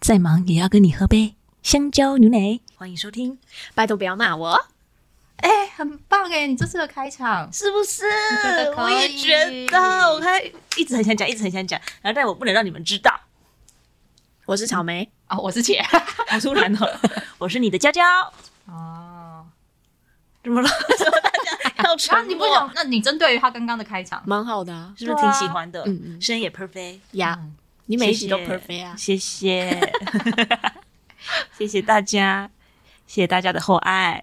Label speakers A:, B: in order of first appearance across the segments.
A: 再忙也要跟你喝杯香蕉牛奶。欢迎收听，
B: 拜托不要骂我，
C: 哎、很棒哎、你这次的开场，
A: 是不是
C: 觉得？可
A: 我
C: 以
A: 也觉得，我还一直很想讲，一直很想讲，然后但我不能让你们知道。
B: 我是草莓。
C: 哦，我是姐。
A: 好突然 哦！我是你的娇娇，
C: 哦，
A: 怎么了？啊怎么大家 要沉
C: 那
A: 默？
C: 你不想？那你针对于他刚刚的开场，
B: 蛮好的、啊，
A: 是不是挺喜欢的？
B: 嗯嗯
A: 声音也 perfect，
B: 呀、
C: 嗯
B: 你每一集都
A: 谢谢
B: perfect 啊，
A: 谢谢， 谢谢大家，谢谢大家的厚爱，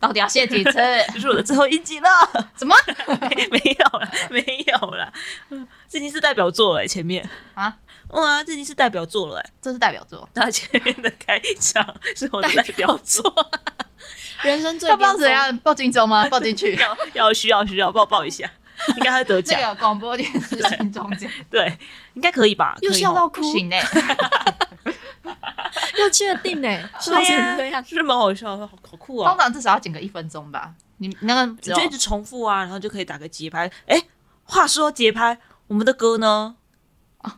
C: 到底要谢几次？
A: 这是我的最后一集了，
C: 什么
A: 没有了，没有了，嗯这已经是代表作了、欸，前面
C: 啊？
A: 哇，这已经是代表作了、 欸，
C: 这是代表作，
A: 他前面的开场是我的代表作，
B: 人生最
C: 要报
B: 巅
C: 怎
B: 峰。
C: 样？报金钟 吗？报进去。
A: 要要需要需要抱抱一 下，应该会得
C: 这
A: 奖，
C: 个广播电视金钟奖
A: 对，应该可以吧？
B: 又
A: 可以
B: 笑
A: 哦
B: 到
C: 不
B: 哭，
C: 行哎、
B: 又确定 哎、
A: 对
B: 笑
A: 呀、
B: 成这样
A: 是蛮好笑的，好好酷
C: 通
A: 哦！
C: 常至少要剪个一分钟吧。你你那个只
A: 你
C: 有
A: 就一直重复啊，然后就可以打个节拍。哎，话说节拍，我们的歌呢？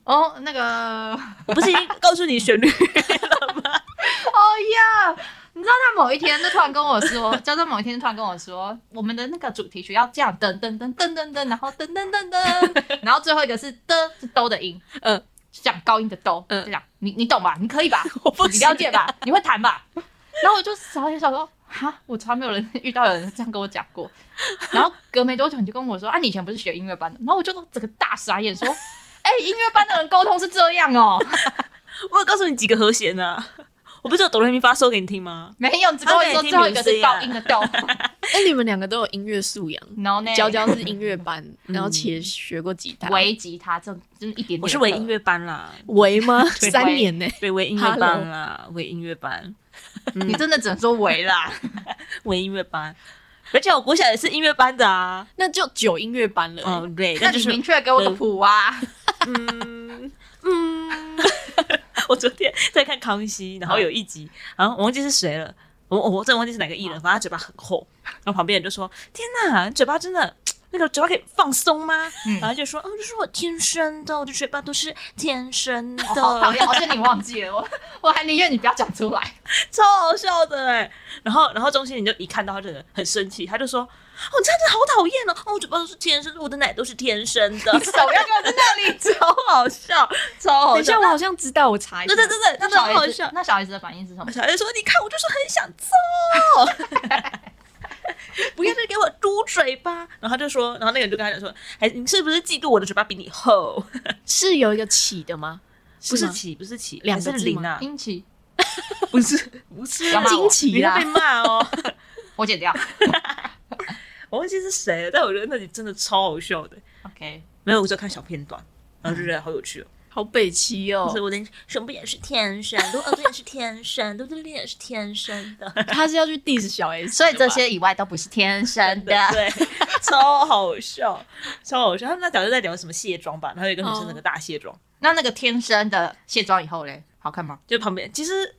C: 哦，那个哦
A: 我不是已经告诉你旋律 了吗？
C: 呀你知道他某一天就突然跟我说，教授某一天就突然跟我说，我们的那个主题曲要这样，噔噔噔噔噔噔，然后噔噔噔噔，然后最后一个是的是哆的音，
A: 嗯，
C: 就这样高音的哆，
A: 嗯
C: 就这样，你你懂吧？你可以吧？
A: 我不
C: 你
A: 行
C: 了解吧？你会弹吧？然后我就傻眼，想说哈，我从来没有人遇到有人这样跟我讲 过。然后隔没多久，你就跟我说啊，你以前不是学音乐班的？然后我就整个大傻眼，说，哎、音乐班的人沟通是这样 哦、
A: 我有告诉你几个和弦呢、啊？我不是有哆来咪发嗦给你听吗？
C: 没有，你只跟我说最后一个是倒音的倒。
B: 哎、你们两个都有音乐素养。
C: 然后呢，
B: 娇娇是音乐班，然后且学过吉他，
C: 唯吉他，这种就是一点点。
A: 我是唯音，乐班啦，
B: 为 吗？
C: 对
B: 三年呢、
A: 对，唯音乐班啦，唯音乐班，
C: 你真的只能说唯啦。
A: 唯音乐班。而且我国小也是音乐班的啊，
B: 那就九音乐班了、欸。
A: 嗯，对，
C: 那
A: 那就
C: 你
A: 是
C: 明确给我个谱啊！
A: 嗯，嗯，我昨天在看《康熙》，然后有一集，然后我忘记是谁了，我我我真的忘记是哪个艺人，反正他嘴巴很厚，然后旁边人就说：“天哪，你嘴巴真的。”那个嘴巴可以放松吗？
C: 嗯
A: 然后就说，嗯，这是我天生的，我的嘴巴都是天生的，
C: 我好讨厌，好像你忘记了我，我还宁愿你不要讲出来。
A: 超好笑的哎、然后，然后钟欣凌就一看到他这个人很生气，他就说：“哦，你真的好讨厌哦，哦，我嘴巴都是天生的，我的奶都是天生的。
C: 手要给我在那里。”
A: 超好笑，超
B: 等
A: 好
B: 一
A: 笑
B: 下，。我好像知道，我查一下。
A: 对对对对，
C: 那
A: 真的
C: 小
A: 很好
C: 孩
A: 笑
C: 子，。那小孩子的反应是什么？
A: 小孩说：“你看，我就是很想揍， 不要再给我嘟嘴巴。”然后他就说，然后那个人就跟他讲说：“哎，你是不是嫉妒我的嘴巴比你厚？
B: 是有一个起的吗？
A: 不是
B: 吗
A: 起，不是起，
B: 两个
A: 还是
B: 字
A: 零
B: 吗
A: 啊，
C: 英奇，
A: 不是， 不是
C: 干嘛
B: 惊
A: 你
B: 奇
A: 会
B: 啦
A: 被！骂哦。
C: 我剪掉。
A: 我忘记是谁了，但我觉得那里真的超好笑的。
C: OK，
A: 没有，我就看小片段，然后就觉得好有趣哦。
B: 好北齐哦
A: 所以，我的胸部也是天 生的，我耳朵也是天生的，我的脸也是天生 的。
B: 他是要去 diss 小 S，
C: 所以这些以外都不是天生的。
A: 对，超好笑，超好笑。他们那早就在聊什么卸妆吧，然后有一个女生
B: 哦
A: 那个大卸妆，
C: 那那个天生的卸妆以后嘞，好看吗？
A: 就旁边其实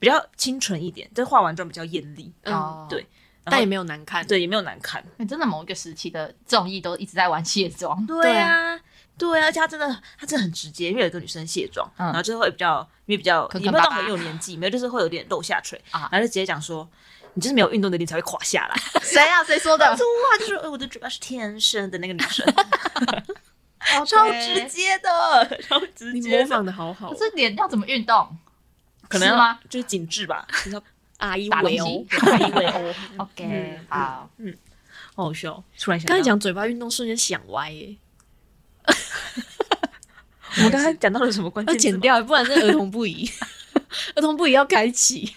A: 比较清纯一点，就化完妆比较艳丽，
B: 嗯，
C: 哦，
A: 对然后
B: 但也没有难看。
A: 对，也没有难看。
C: 欸真的某一个时期的综艺都一直在玩卸妆。
A: 对啊，对啊，而且她真的，她真的很直接，因为有一个女生卸妆，
C: 嗯
A: 然后就会比较，因为比较
C: 坑
A: 也
C: 坑
A: 没有到
C: 巴巴
A: 很有年纪，没有就是会有点露下垂，
C: 啊
A: 然后就直接讲说。你就是没有运动能力才会垮下来。
C: 谁啊？谁说的
A: 她？说哇，就是、哎我的嘴巴是天生的那个女生，超
C: 超
A: 直。接的，超直
B: 你
A: 接
B: 模
A: 的，
B: 仿的好好哦
C: 可，是脸要怎么运动
A: 可能
C: 是吗
A: 要就是紧致吧，你知道
B: 阿姨
C: 打
B: 围
C: 东
B: 殴
C: 西。
A: 打一 位哦，
C: ？OK，
A: 嗯
C: 好。
A: 好好笑。突然想到，
B: 刚才讲嘴巴运动，瞬间想歪欸耶，
A: 我们刚 才讲到了什么关
B: 要
A: 键字吗？
B: 剪掉，不然是儿童不宜。 儿童不宜要开启。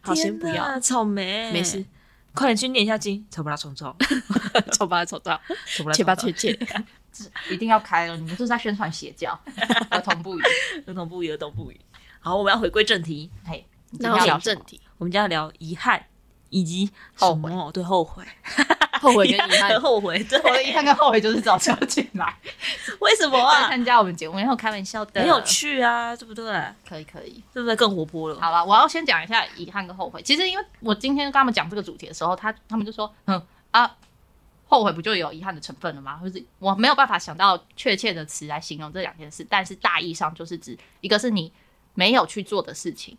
B: 好，先不
A: 天
B: 要，
A: 哪，草莓，
B: 没事，，
A: 快点去念一下经，丑不拉虫虫，
B: 丑八丑到，
A: 丑不 拉
B: 切吧切切。
C: 一定要开了，你们就是在宣传邪教， 儿童不宜。
A: 儿童不宜，儿童不宜。好，我们要回归正题，
C: 嘿，你今
B: 那
C: 天
B: 我
C: 要
B: 讲
C: 聊什
B: 正
C: 么
B: 题，
A: 我们就要聊遗憾以及
C: 后悔
A: 什么，对，后悔，
B: 后悔跟 遗憾
A: 很。后悔，对，
C: 我的遗憾跟后悔就是早就进 来，
A: 为什么
C: 来
A: 啊？
C: 参加我们节目，然后开玩笑的，
A: 很有趣啊，对不对？
C: 可以可以。
A: 对不对？更活泼了。
C: 好了，我要先讲一下遗憾跟后悔。其实因为我今天跟他们讲这个主题的时候，他他们就说，嗯啊，后悔不就有遗憾的成分了吗？或是我没有办法想到确切的词来形容这两件事，但是大意上就是指一个是你没有去做的事情，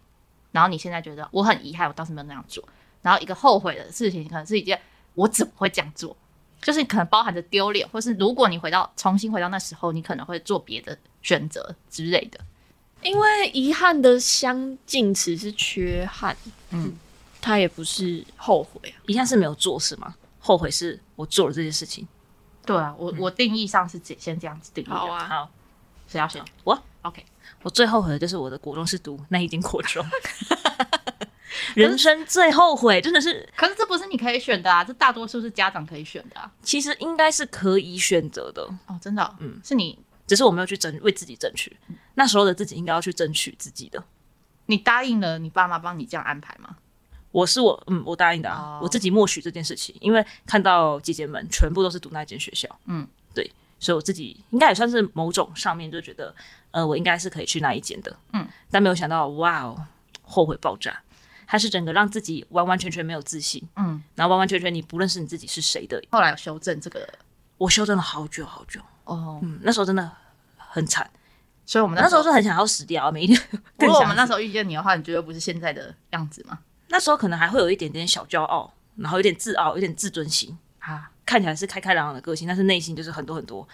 C: 然后你现在觉得我很遗憾，我当时没有那样做，然后一个后悔的事情，可能是一件我怎么会这样做，就是可能包含着丢脸，或是如果你回到重新回到那时候，你可能会做别的选择之类的。
B: 因为遗憾的相近词是缺憾，
C: 嗯，
B: 它也不是后悔啊。
A: 遗憾是没有做是吗？后悔是我做了这件事情。
C: 对啊，我我定义上是这先这样子定义的。
B: 好啊
A: 好，
C: 谁要先？
A: 我
C: OK。
A: 我最后悔的就是我的国中是读那一间国 中，人生最后悔真的是，
C: 可是这不是你可以选的啊，这大多数是家长可以选的啊。
A: 其实应该是可以选择的，
C: 哦，真的哦、
A: 嗯
C: 是你
A: 只是我没有去争为自己争取。那时候的自己应该要去争取自己的。
C: 你答应了你爸妈帮你这样安排吗？
A: 我是我，嗯，我答应的、啊
C: 哦
A: 我自己默许这件事情，因为看到姐姐们全部都是读那间学校，
C: 嗯，
A: 对，所以我自己应该也算是某种上面就觉得，呃，我应该是可以去那一间的，
C: 嗯，
A: 但没有想到，哇哦，后悔爆炸，它是整个让自己完完全全没有自信，
C: 嗯，
A: 然后完完全全你不认识你自己是谁的，
C: 后来有修正这个
A: 我修正了好久好久，
C: 哦，
A: 嗯，那时候真的很惨，
C: 所以我们
A: 那
C: 那
A: 时
C: 时
A: 候
C: 候，
A: 就很想要死掉，每一天 更
C: 如 果我
A: 想
C: 们那
A: 死
C: 时候遇见你的话，你觉得不是现在的样子吗？
A: 那时候可能还会有一点点小骄傲，然后有点自傲，有点自尊心，
C: 啊，
A: 看起来是开开朗朗的个性，但是内心就是很多很 多。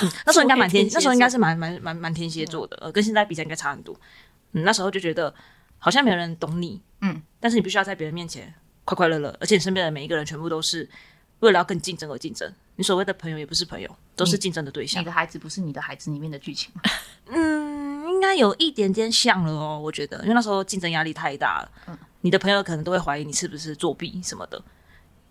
A: 嗯那时候应该蛮天，那时候应该是蛮蛮蛮蛮天蝎座的，呃，跟现在比起来应该差很多。嗯，那时候就觉得好像没有人懂你，
C: 嗯，
A: 但是你必须要在别人面前快快乐乐，而且你身边的每一个人全部都是为了要更竞争而竞争。你所谓的朋友也不是朋友，都是竞争的对象
C: 嗯你。的孩子不是你的孩子里面的剧情吗？
A: 嗯，应该有一点点像了哦，我觉得，因为那时候竞争压力太大了，
C: 嗯
A: 你的朋友可能都会怀疑你是不是作弊什么的。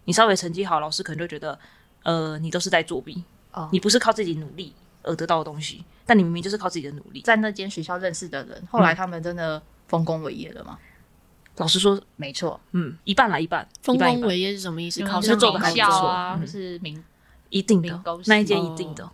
A: 你稍微成绩好，老师可能就觉得，呃，你都是在作弊，
C: 哦
A: 你不是靠自己努力而得到的东西，但你明明就是靠自己的努力。
C: 在那间学校认识的人，后来他们真的丰功伟业了吗？
A: 老实说，
C: 没错，
A: 嗯，一半来一半，
B: 丰
A: 一半
B: 功
A: 一半，
B: 伟业是什么意思？
C: 就是
B: 考
A: 上
B: 上
A: 做得
B: 名
C: 名
A: 还不
C: 校
A: 错
C: 啊，
A: 嗯
C: 或是名
A: 一定
C: 零
A: 的
C: 勾，
A: 那一间
B: 心
A: 一定的，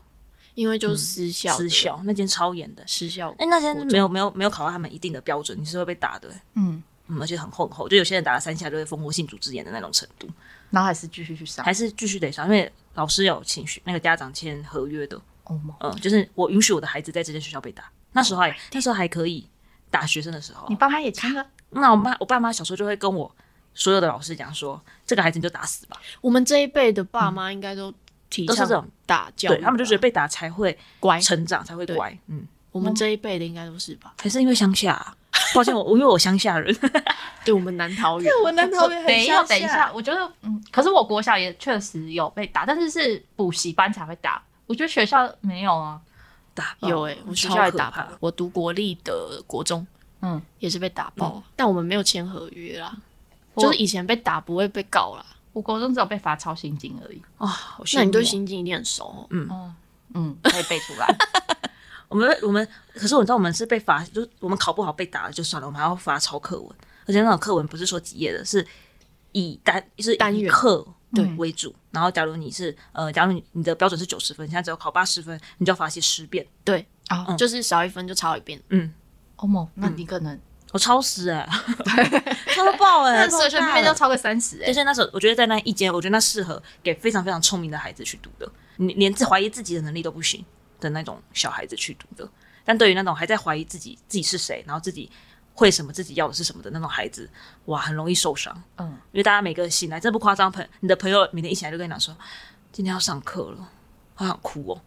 B: 因为就是嗯私校的，
A: 私校那间超严的。
B: 私 校
A: 哎，那间没有没有没有考到他们一定的标准，你是会被打的、
C: 嗯，
A: 嗯，而且很厚很厚，就有些人打了三下就会烽火信主之言的那种程度。
C: 然后还是继续去上。
A: 还是继续得上，因为老师有请学那个家长签合约的，
C: 哦妈
A: 嗯，就是我允许我的孩子在这间学校被打。那时候还那时候还可以打学生的时候
C: 你，爸妈也签了，
A: 那我妈我爸妈小时候就会跟我所有的老师讲说，这个孩子你就打死吧，
B: 我们这一辈的爸妈应该都提
A: 都是这
B: 倡
A: 种
B: 打教育吧，
A: 对他们就觉得被打才会
B: 乖。
A: 成长，才会
B: 对
A: 乖，嗯，
B: 我们这一辈的应该都是吧？
A: 还是因为乡下啊、 抱歉我我因为我乡下人，
B: 对我们南 桃园，
C: 我
B: 南桃园
C: 等一下，等一下，我觉得，嗯，可是我国小也确实有被打，但是是补习班才会打，我觉得学校没有啊。
A: 打爆
B: 有哎、我学
A: 超
B: 校也
A: 可
B: 打
A: 怕
B: 爆，我读国立的国中
C: 嗯，
B: 也是被打爆，但我们没有签合约啦，
C: 我
B: 就是以前被打不会被告啦。
C: 我国中只有被罚抄心经而已。
A: 啊，好羡慕
B: 那你对
A: 哦
B: 刑警一定很熟、哦，
C: 哦，嗯，可以背出来。
A: 我们我们，可是我知道我们是被罚，就是我们考不好被打了就算了，我们还要罚抄课文，而且那种课文不是说几页的，是以单就是
B: 单
A: 以
B: 元
A: 课
B: 对
A: 为主。然后假如你是呃，假如你你的标准是九十分，现在只有考八十分，你就要罚写十遍。
B: 对，
C: 啊
A: 嗯
B: 就是少一分就抄一遍。
A: 嗯，
C: 哦莫，那你可 能
A: 我抄死 哎、欸，抄到爆哎、欸，
C: 随随便便就超个三十
A: 就
C: 哎。
A: 是那时候，我觉得在那一间，我觉得那适合给非常非常聪明的孩子去读的，你连自怀疑自己的能力都不行的那种小孩子去读的。但对于那种还在怀疑自己自己是谁，然后自己会什么，自己要的是什么的那种孩子，哇，很容易受伤。
C: 嗯，
A: 因为大家每个醒来，这不夸张，朋你的朋友每天一起来就跟你讲说，今天要上课了，好想哭哦。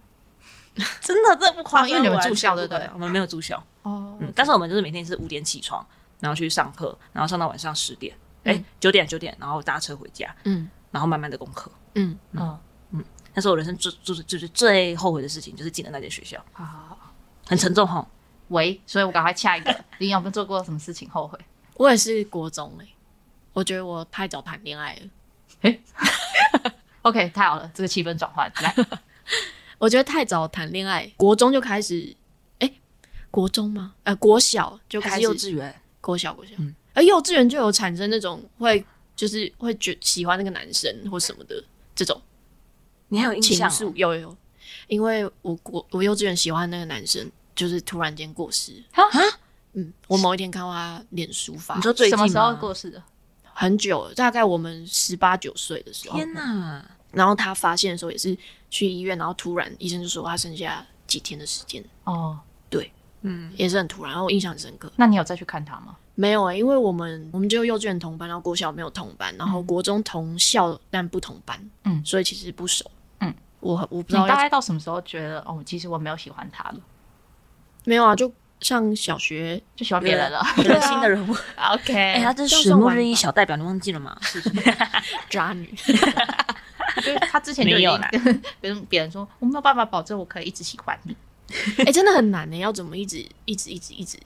A: 真的，这不夸张、
C: 哦因为你们
A: 我完
C: 住校
A: 全
C: 对不对
A: 可能我们没有住校，
C: 哦，
A: 嗯，但是我们就是每天是五点起床，然后去上课，然后上到晚上十点，哎、九点九点，然后搭车回家，
B: 嗯
A: 然后慢慢的功课。
B: 嗯，
C: 嗯，
A: 那是我人生最就是就是最后悔的事情，就是进了那间学校，
C: 好好好。
A: 很沉重哈。
C: 喂，所以我赶快下一 个。你有没有做过什么事情后悔？
B: 我也是国中哎、我觉得我太早谈恋爱了。
C: OK，太好了，这个气氛转换来。
B: 我觉得太早谈恋爱，国中就开始，哎、国中吗？呃，国小就开始，
A: 园，
B: 国小国小，
A: 嗯
B: 而幼稚园就有产生那种会就是会觉喜欢那个男生或什么的这种
A: 你还有印
B: 情
A: 象
B: 愫
A: 哦？，
B: 有有有，因为我国我幼稚园喜欢那个男生，就是突然间过世
C: 啊
B: 嗯，我某一天看到他脸书发
A: 你，说 最
C: 什
A: 近吗
C: 么时候过世的？
B: 很久了，大概我们十八九岁的时候，
A: 天 哪！
B: 然后他发现的时候也是去医院，然后突然医生就说他剩下几天的时间，
C: 哦，
A: 嗯，
B: 也是很突然，然后我印象很深刻。
C: 那你有再去看他吗？
B: 没有哎、因为我们我们只有幼稚园同班，然后国小没有同班，
A: 嗯
B: 然后国中同校但不同班，
C: 嗯
B: 所以其实不熟，
C: 嗯，
B: 我我不
C: 你
B: 知道
C: 大
B: 要
C: 概到什么时候觉得哦，其实我没有喜欢他了，
B: 没有啊，就上小学
C: 就喜欢别人了
A: 有了新的人物，
C: ？OK，
A: 啊哎，他这
B: 这
A: 是
B: 样算
A: 水木
B: 玩
A: 日一
B: 法
A: 小代表，你忘记了 吗？是是
B: 渣女，
C: 就是他之前就已
A: 没有
C: 经
A: 啦
C: 跟 跟别人说，我没有办法保证我可以一直喜欢你。
B: 哎、真的很难呢、要怎么一直一直一直一直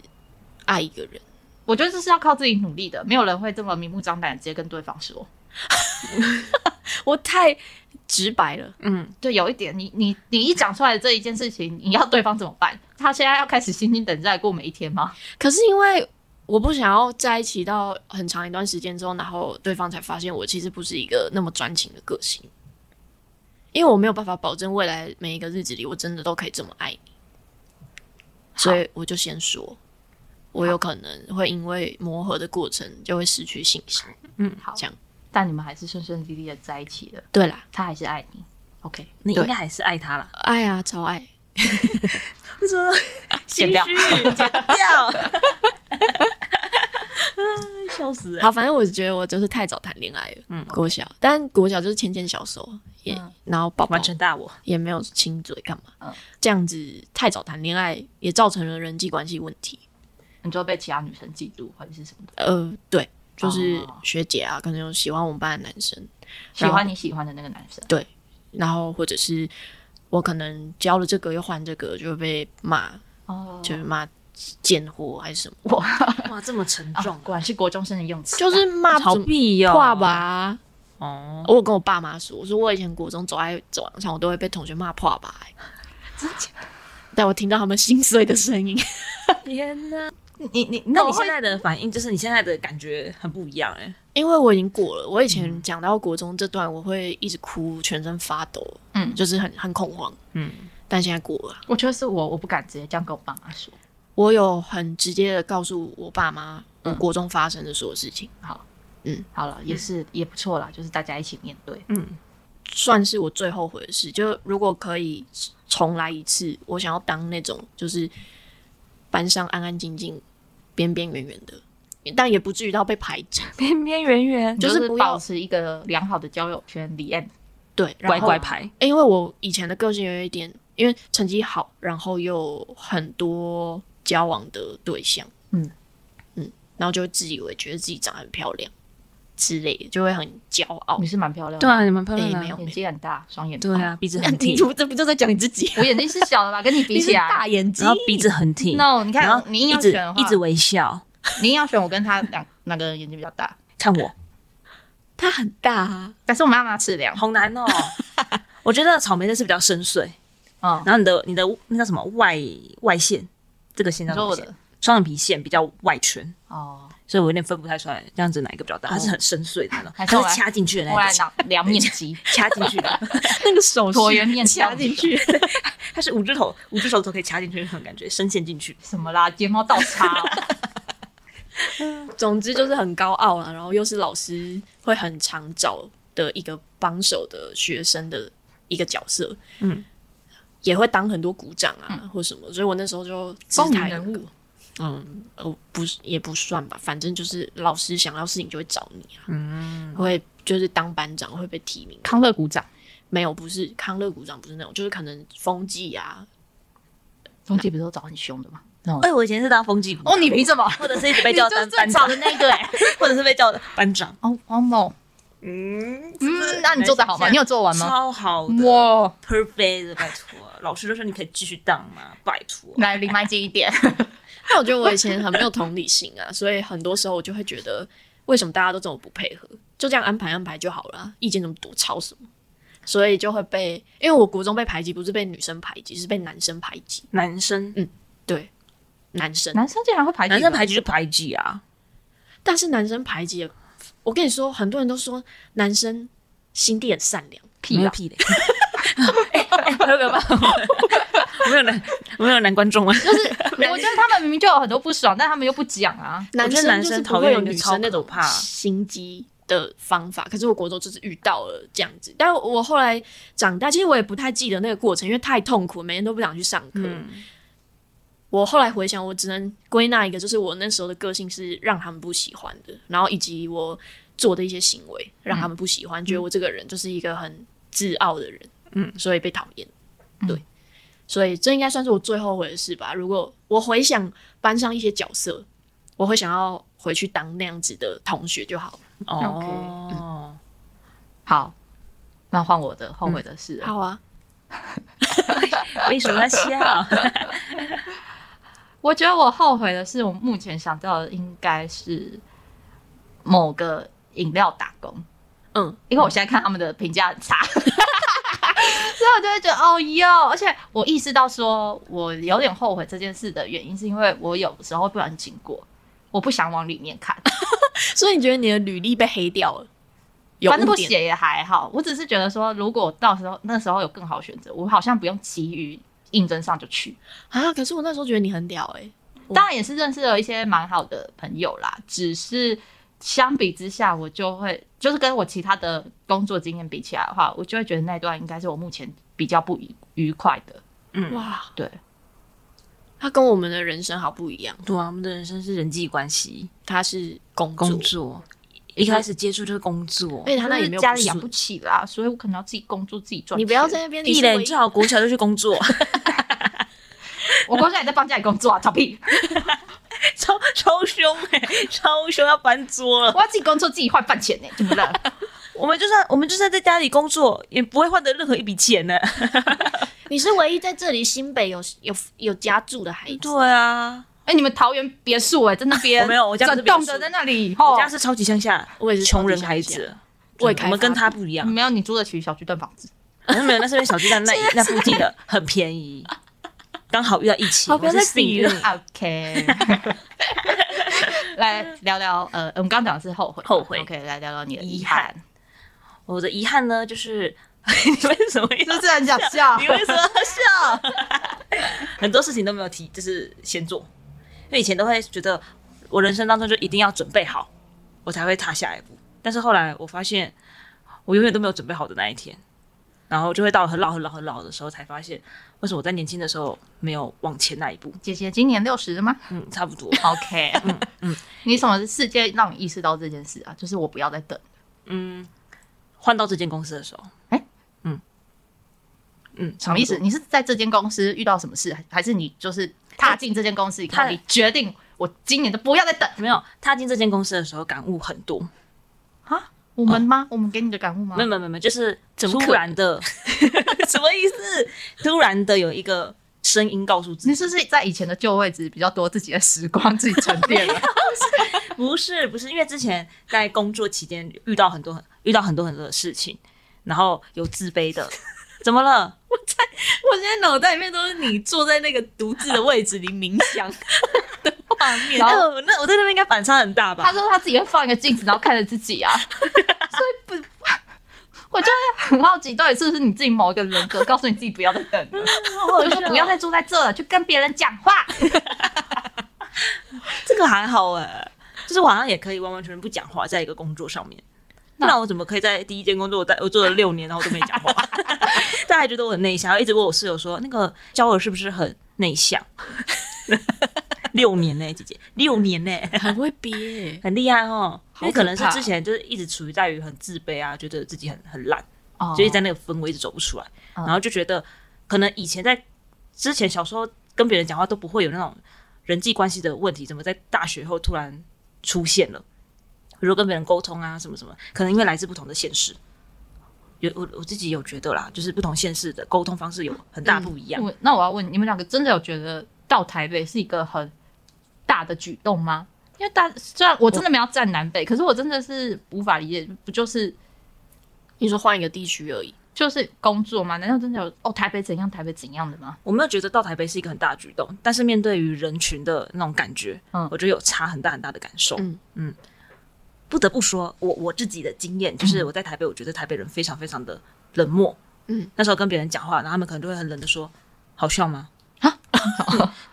B: 爱一个人？
C: 我觉得这是要靠自己努力的，没有人会这么明目张胆地直接跟对方说。
B: 我太直白了，
A: 嗯，
C: 对，有一点，你你你一讲出来这一件事情，你要对方怎么办？他现在要开始心心等待过每一天吗？
B: 可是因为我不想要在一起到很长一段时间之后，然后对方才发现我其实不是一个那么专情的个性，因为我没有办法保证未来每一个日子里我真的都可以这么爱你，所以我就先说，我有可能会因为磨合的过程就会失去信心。
C: 好，
B: 这样
C: 但你们还是顺顺利利的在一起了，
B: 对啦，
C: 他还是爱你。OK，
A: 你
B: 对
A: 应该还是爱他 啦。
B: 爱啊，超爱。
A: 为什么
C: 剪掉
A: 心虚剪掉？ 笑死人！
B: 好，反正我觉得我就是太早谈恋爱了，
A: 嗯
B: 国小，但国小就是牵牵小手，也、
C: 嗯
B: 然后抱抱
A: 完，全大我，
B: 也没有亲嘴干嘛，
C: 嗯
B: 这样子太早谈恋爱也造成了人际关系问题。
C: 你就会被其他女生嫉妒或者是什么的，
B: 呃，对，就是
C: 哦
B: 学姐啊，可能有喜欢我们班的男生，
C: 喜欢你喜欢的那个男生。
B: 然后或者是我可能教了这个又换这个，就会被骂，
C: 哦，
B: 就是骂贱货还是什么，
A: 哇，这么沉
C: 啊
A: 重，
C: 果然是国中生的用词，啊
B: 就是 骂
A: 逃
B: 怎么
A: 避哟，
B: 话？吧。
A: 哦，
B: 我有跟我爸妈说，我说我以前国中走在走廊上，我都会被同学骂破吧、欸，但我听到他们心碎的声音。
A: 天哪！
C: 你你
A: 那
C: 那
A: 你
C: 你
A: 现
C: 现在
A: 在的反应就是你现在的感觉很不一样哎。
B: 因为我已经过了，我以
C: 嗯
B: 前讲到国中这段，我会一直哭，全身发抖，
C: 嗯
B: 就是很很恐慌。
A: 嗯，
B: 但现在过了，
C: 我觉得是我，我不敢直接这样跟我爸妈说。
B: 我有很直接的告诉我爸妈，我
C: 嗯
B: 国中发生的所有事情，
C: 好了，也是、也不错啦，就是大家一起面对。
B: 算是我最后悔的事。就如果可以重来一次，我想要当那种就是班上安安静静、边边远远的，但也不至于到被排挤。
A: 边边圆圆
B: 就
C: 就是是
B: 不要
C: 保持一个良好的交友圈里面。
B: 对，然
A: 乖
B: 后
A: 乖牌，
B: 欸因为我以前的个性有一点，因为成绩好，然后又很多交往的对象，
C: 嗯
B: 嗯，然后就会自以为觉得自己长得很漂亮之类的，就会很骄傲
C: 你。是蛮漂亮的，
A: 对啊，你们漂
B: 亮
A: 亮
B: 的
A: 没有？
C: 眼睛很大，双眼皮
A: 对，啊，鼻子
B: 那
A: 很
B: 你
A: 挺，
B: 这不就在讲你自己？
C: 我眼睛是小的吧， 跟你比
B: 你是
C: 起来
B: 大眼睛
A: 然后，鼻子很挺，
C: ，no，你
A: 然
C: 看
A: 后
C: 你硬
A: 一
C: 要
A: 直
C: 选的话，
A: 一直微笑
C: 你硬要选我跟他两哪个眼睛比较大，
A: 看 我，
B: 他很大啊，
C: 但是我们要拿尺量，
A: 好难哦。我觉得草莓的是比较深邃，
C: 嗯，
A: 然后你的你的那叫什么外外线，这个线
C: 你
A: 叫什
C: 说
A: 么
C: 我
A: 线
C: 的？
A: 双眼皮线比较外圈，
C: 哦，
A: 所以我有点分不太出来，这样子哪一个比较大？它是很深邃的那种，
C: 还是
A: 它
C: 我来
A: 是掐进去的
C: 我来
A: 那种，
C: 拿量 面积，
A: 掐进去的，
B: 那个手
C: 椭圆 面
B: 掐
C: 墙
B: 进去，
A: 它是五只头，五只手指头可以掐进去那种感觉，深陷进去。
C: 什么啦，睫毛倒插哦，
B: 总之就是很高傲啊啦，然后又是老师会很常找的一个帮手的学生的一个角色，
A: 嗯，
B: 也会当很多鼓掌啊、或什么，所以我那时候就姿态很
C: 风云人物
B: 高，嗯，呃，不是也不算吧，反正就是老师想要事情就会找你啊，
A: 嗯，
B: 会就是当班长会被提名，
C: 康乐鼓掌，
B: 没有不是康乐鼓掌不是那种，就是可能风纪啊，
C: 中介不是都找很凶的吗？
A: 哎，我以前是当风纪股，
C: 哦，你凭什么？
A: 或者是一直被叫当班
C: 找
A: 长
C: 的，那个哎，
A: 或者是被叫班长。
C: 哦哦某，
A: 嗯
C: 嗯，那你做的好吗？你有做完吗？
A: 超好的
C: 哇，
A: ，perfect 的，拜托，老师就说你可以继续当嘛，拜托。
C: 来离麦近一点，
B: 但我觉得我以前很没有同理心啊，所以很多时候我就会觉得，为什么大家都这么不配合？就这样安排安排就好了啊，意见那么多，吵什么？所以就会被，因为我国中被排挤，不是被女生排挤，是被男生排挤。
A: 男生，
B: 对，男生，
C: 男生竟然会排挤，
A: 男生排挤就排挤啊，
B: 但是男生排挤，我跟你说，很多人都说男生心地很善良，
A: 没
C: 屁
A: 有
C: 啊！
A: 屁嘞！哎，哎没有没有没有男没有男观众 啊，
C: 就是我觉得他们明明就有很多不爽，但他们又不讲啊。
A: 我
B: 男
A: 觉得
B: 生
A: 男
B: 就是
A: 生
B: 不
A: 讨
B: 会有
A: 厌的
B: 女
A: 超
B: 生那种
A: 可怕
B: 心机的方法。可是我国中就是遇到了这样子，但我后来
A: 嗯
B: 长大，其实我也不太记得那个过程，因为太痛苦，每天都不想去上课。我后来回想，我只能归纳一个，就是我那时候的个性是让他们不喜欢的，然后以及我做的一些行为让他们不喜欢，觉得我这个人就是一个很自傲的人，
A: 嗯，
B: 所以被讨厌。
C: 嗯
B: 对，所以这应该算是我最后悔的事吧。如果我回想班上一些角色，我会想要回去当那样子的同学就好了。
A: 哦，
C: 好，那换我的后悔的事了。
B: 好啊，
A: 为什么笑？
C: 我觉得我后悔的是，我目前想到的应该是某个饮料打工，
B: 嗯，
C: 因为我现在看他们的评价 很差，所以我就会觉得哦哟，而且我意识到说我有点后悔这件事的原因，是因为我有时候会不小心经过，我不想往里面看，
B: 所以你觉得你的履历被黑掉了？有
C: 反正
B: 误
C: 不
B: 点
C: 写也还好，我只是觉得说，如果到时候那时候有更好选择，我好像不用急于应征上就去。
B: 啊？可是我那时候觉得你很屌哎、我
C: 当然也是认识了一些蛮好的朋友啦，只是相比之下，我就会就是跟我其他的工作经验比起来的话，我就会觉得那段应该是我目前比较不愉愉快的。
A: 嗯，
B: 哇，
C: 对，
B: 他跟我们的人生好不一样，
A: 对啊，我们的人生是人际关系、
B: 他是工作，
A: 工作，一开始接触就是工作
B: 而。且他那
C: 就
B: 里
C: 是
B: 没有
C: 家
B: 不
C: 里养
B: 顺
C: 不起啦，所以我可能要自己工作自己赚钱。
B: 你不要在那边，你
A: 一
B: 是
A: 脸
B: 唯
A: 最好国小就去工作，
C: 我工作也在帮家里工作啊，吵屁！
A: 超超凶哎、超凶要搬桌了。
C: 我要自己工作自己换饭钱呢、怎么了？
A: 我们就算我们就算在家里工作，也不会换得任何一笔钱呢、
B: 你是唯一在这里新北有有有家住的孩子。
A: 对啊，
C: 哎、你们桃园别墅哎、在那边
A: 我没有我家不是
C: 整
A: 别墅
C: 栋的在那里，
A: 我
C: 哦
A: 家，是超级乡下，
B: 我也是
A: 穷
B: 超级
A: 人
B: 乡
A: 孩
B: 下
A: 子，嗯
B: 未
A: 我
B: 开
A: 们跟
B: 发
A: 他不一 样。
C: 没有你租得起小区段房子。
A: 没有没有，那是因为小巨蛋那那附近的很便宜，刚好遇到疫情，
B: 好不要
A: 我是
B: 再比
A: 幸运
B: 了
C: OK，来聊聊呃，我们刚刚讲的是后悔嘛，
A: 后悔
C: OK，来聊聊你的
A: 遗
C: 遗
A: 憾
C: 憾，
A: 我的遗憾呢，就是 你为什么
C: 是
A: 要
C: 不是很想笑？
A: 你为什么要笑？很多事情都没有提，就是先做，因为以前都会觉得我人生当中就一定要准备好，我才会踏下一步。但是后来我发现，我永远都没有准备好的那一天，然后就会到了很老很老很老的时候才发现，为什么我在年轻的时候没有往前那一步？
C: 姐姐今年六十了吗
A: 嗯，差不多。
C: ？OK，嗯嗯，你什么事件让你意识到这件事啊？就是我不要再等，
A: 嗯，换到这间公司的时候，
C: 哎
A: 嗯嗯，
C: 什么意思？
A: 差不多？
C: 你是在这间公司遇到什么事，还还是你就是踏进这间公司以后，
A: 他
C: 你决定我今年都不要再等
A: 没有踏进这间公司的时候，感悟很多。
C: 啊？我
A: 哦
C: 们吗？我们给你的感悟吗
A: 没？有没有没有没有，就是
B: 怎么可
A: 突然的，啊 什么意思？突然的有一个声音告诉自己，
C: 你是不是在以前的旧位置比较多自己的时光，自己沉淀了？
A: 不是不是，因为之前在工作期间遇到很多遇到很多很多的事情，然后有自卑 的，怎么了？
B: 我现在脑袋里面都是你坐在那个独自的位置里冥 想的画面
C: 然
A: 哎
C: 后
A: 呦，那我在那边应该反差很大
C: 他
A: 吧？
C: 说他自己会放一个镜子，然后看着自己啊，所以不，我就会很好奇，到底是不是你自己某一个人格告诉你自己不要再等了，我就说不要再住在这了，去跟别人讲话。
A: 这个还好哎、就是我好像也可以完完全全不讲话，在一个工作上面。
C: 那
A: 那我怎么可以在第一间工作，我在我做了六年，然后我都没讲话？ 大家还觉得我很内向，一直问我室友说，那个娇儿是不是很内向？ 六年呢、姐姐，六年呢、
B: 很会憋、欸，
A: 很厉害哦。因
C: 好可怕
A: 为可能是之前就是一直处于在于很自卑啊，觉得自己很很烂，
C: 哦
A: 所以在那个氛围一直走不出来，
C: 嗯
A: 然后就觉得可能以前在之前小时候跟别人讲话都不会有那种人际关系的问题，怎么在大学后突然出现了？比如跟别人沟通啊，什么什么，可能因为来自不同的县市，有我我自己有觉得啦，就是不同县市的沟通方式有很
C: 嗯
A: 大不一样。
C: 我那我要问你们两个，真的有觉得到台北是一个很大的举动吗？因为大虽然我真的没有站南北，可是我真的是无法理解，不就是
B: 你说换一个地区而已，
C: 就是工作吗？难道真的有哦台北怎样台北怎样的吗？
A: 我没有觉得到台北是一个很大的举动，但是面对于人群的那种感觉，
C: 嗯
A: 我觉得有差很大很大的感受。
B: 嗯
A: 嗯不得不说，我我自己的经验
C: 嗯
A: 就是我在台北，我觉得台北人非常非常的冷漠。
B: 嗯，
A: 那时候跟别人讲话，然后他们可能就会很冷的说：“好笑吗？”
C: 啊，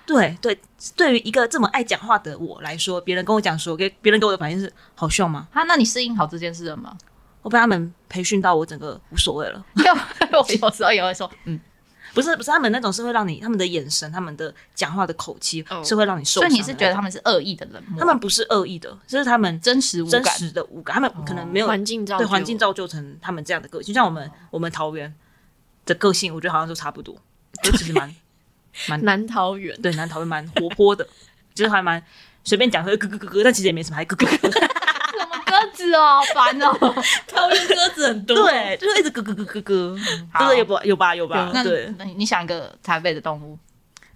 A: 对对，对于一个这么爱讲话的我来说，别人跟我讲说，给别人给我的反应是“好笑吗
C: 啊，那你适应好这件事了吗？？”
A: 我被他们培训到我整个无所谓了。
C: 因为我有时候也会说，嗯，
A: 不是不是他们那种是会让你他们的眼神、他们的讲话的口气、
B: 哦
A: 是会让你受
C: 所
A: 伤
C: 以
A: 的那种。
C: 你是觉得他们是恶意的冷漠？
A: 他们不是恶意的，这是他们
C: 真实无
A: 真
C: 感，
A: 实的无感，他们可能没有
B: 哦环境造
A: 对
B: 就
A: 环境造就成他们这样的个性。就像我们我们桃园的个性，我觉得好像都差不多，就其实 蛮
B: 南桃园，
A: 对南桃园蛮活泼的，就是还蛮随便讲会咯咯咯咯，但其实也没什么，还咯咯咯。
C: 什么鸽子哦，好烦哦。
B: 桃园鸽子很多嗯
A: 对，就是一直咯咯咯咯咯，
C: 好
A: 这个有吧有吧有吧，
C: 那
A: 对。
C: 那你你想一个台北的动物，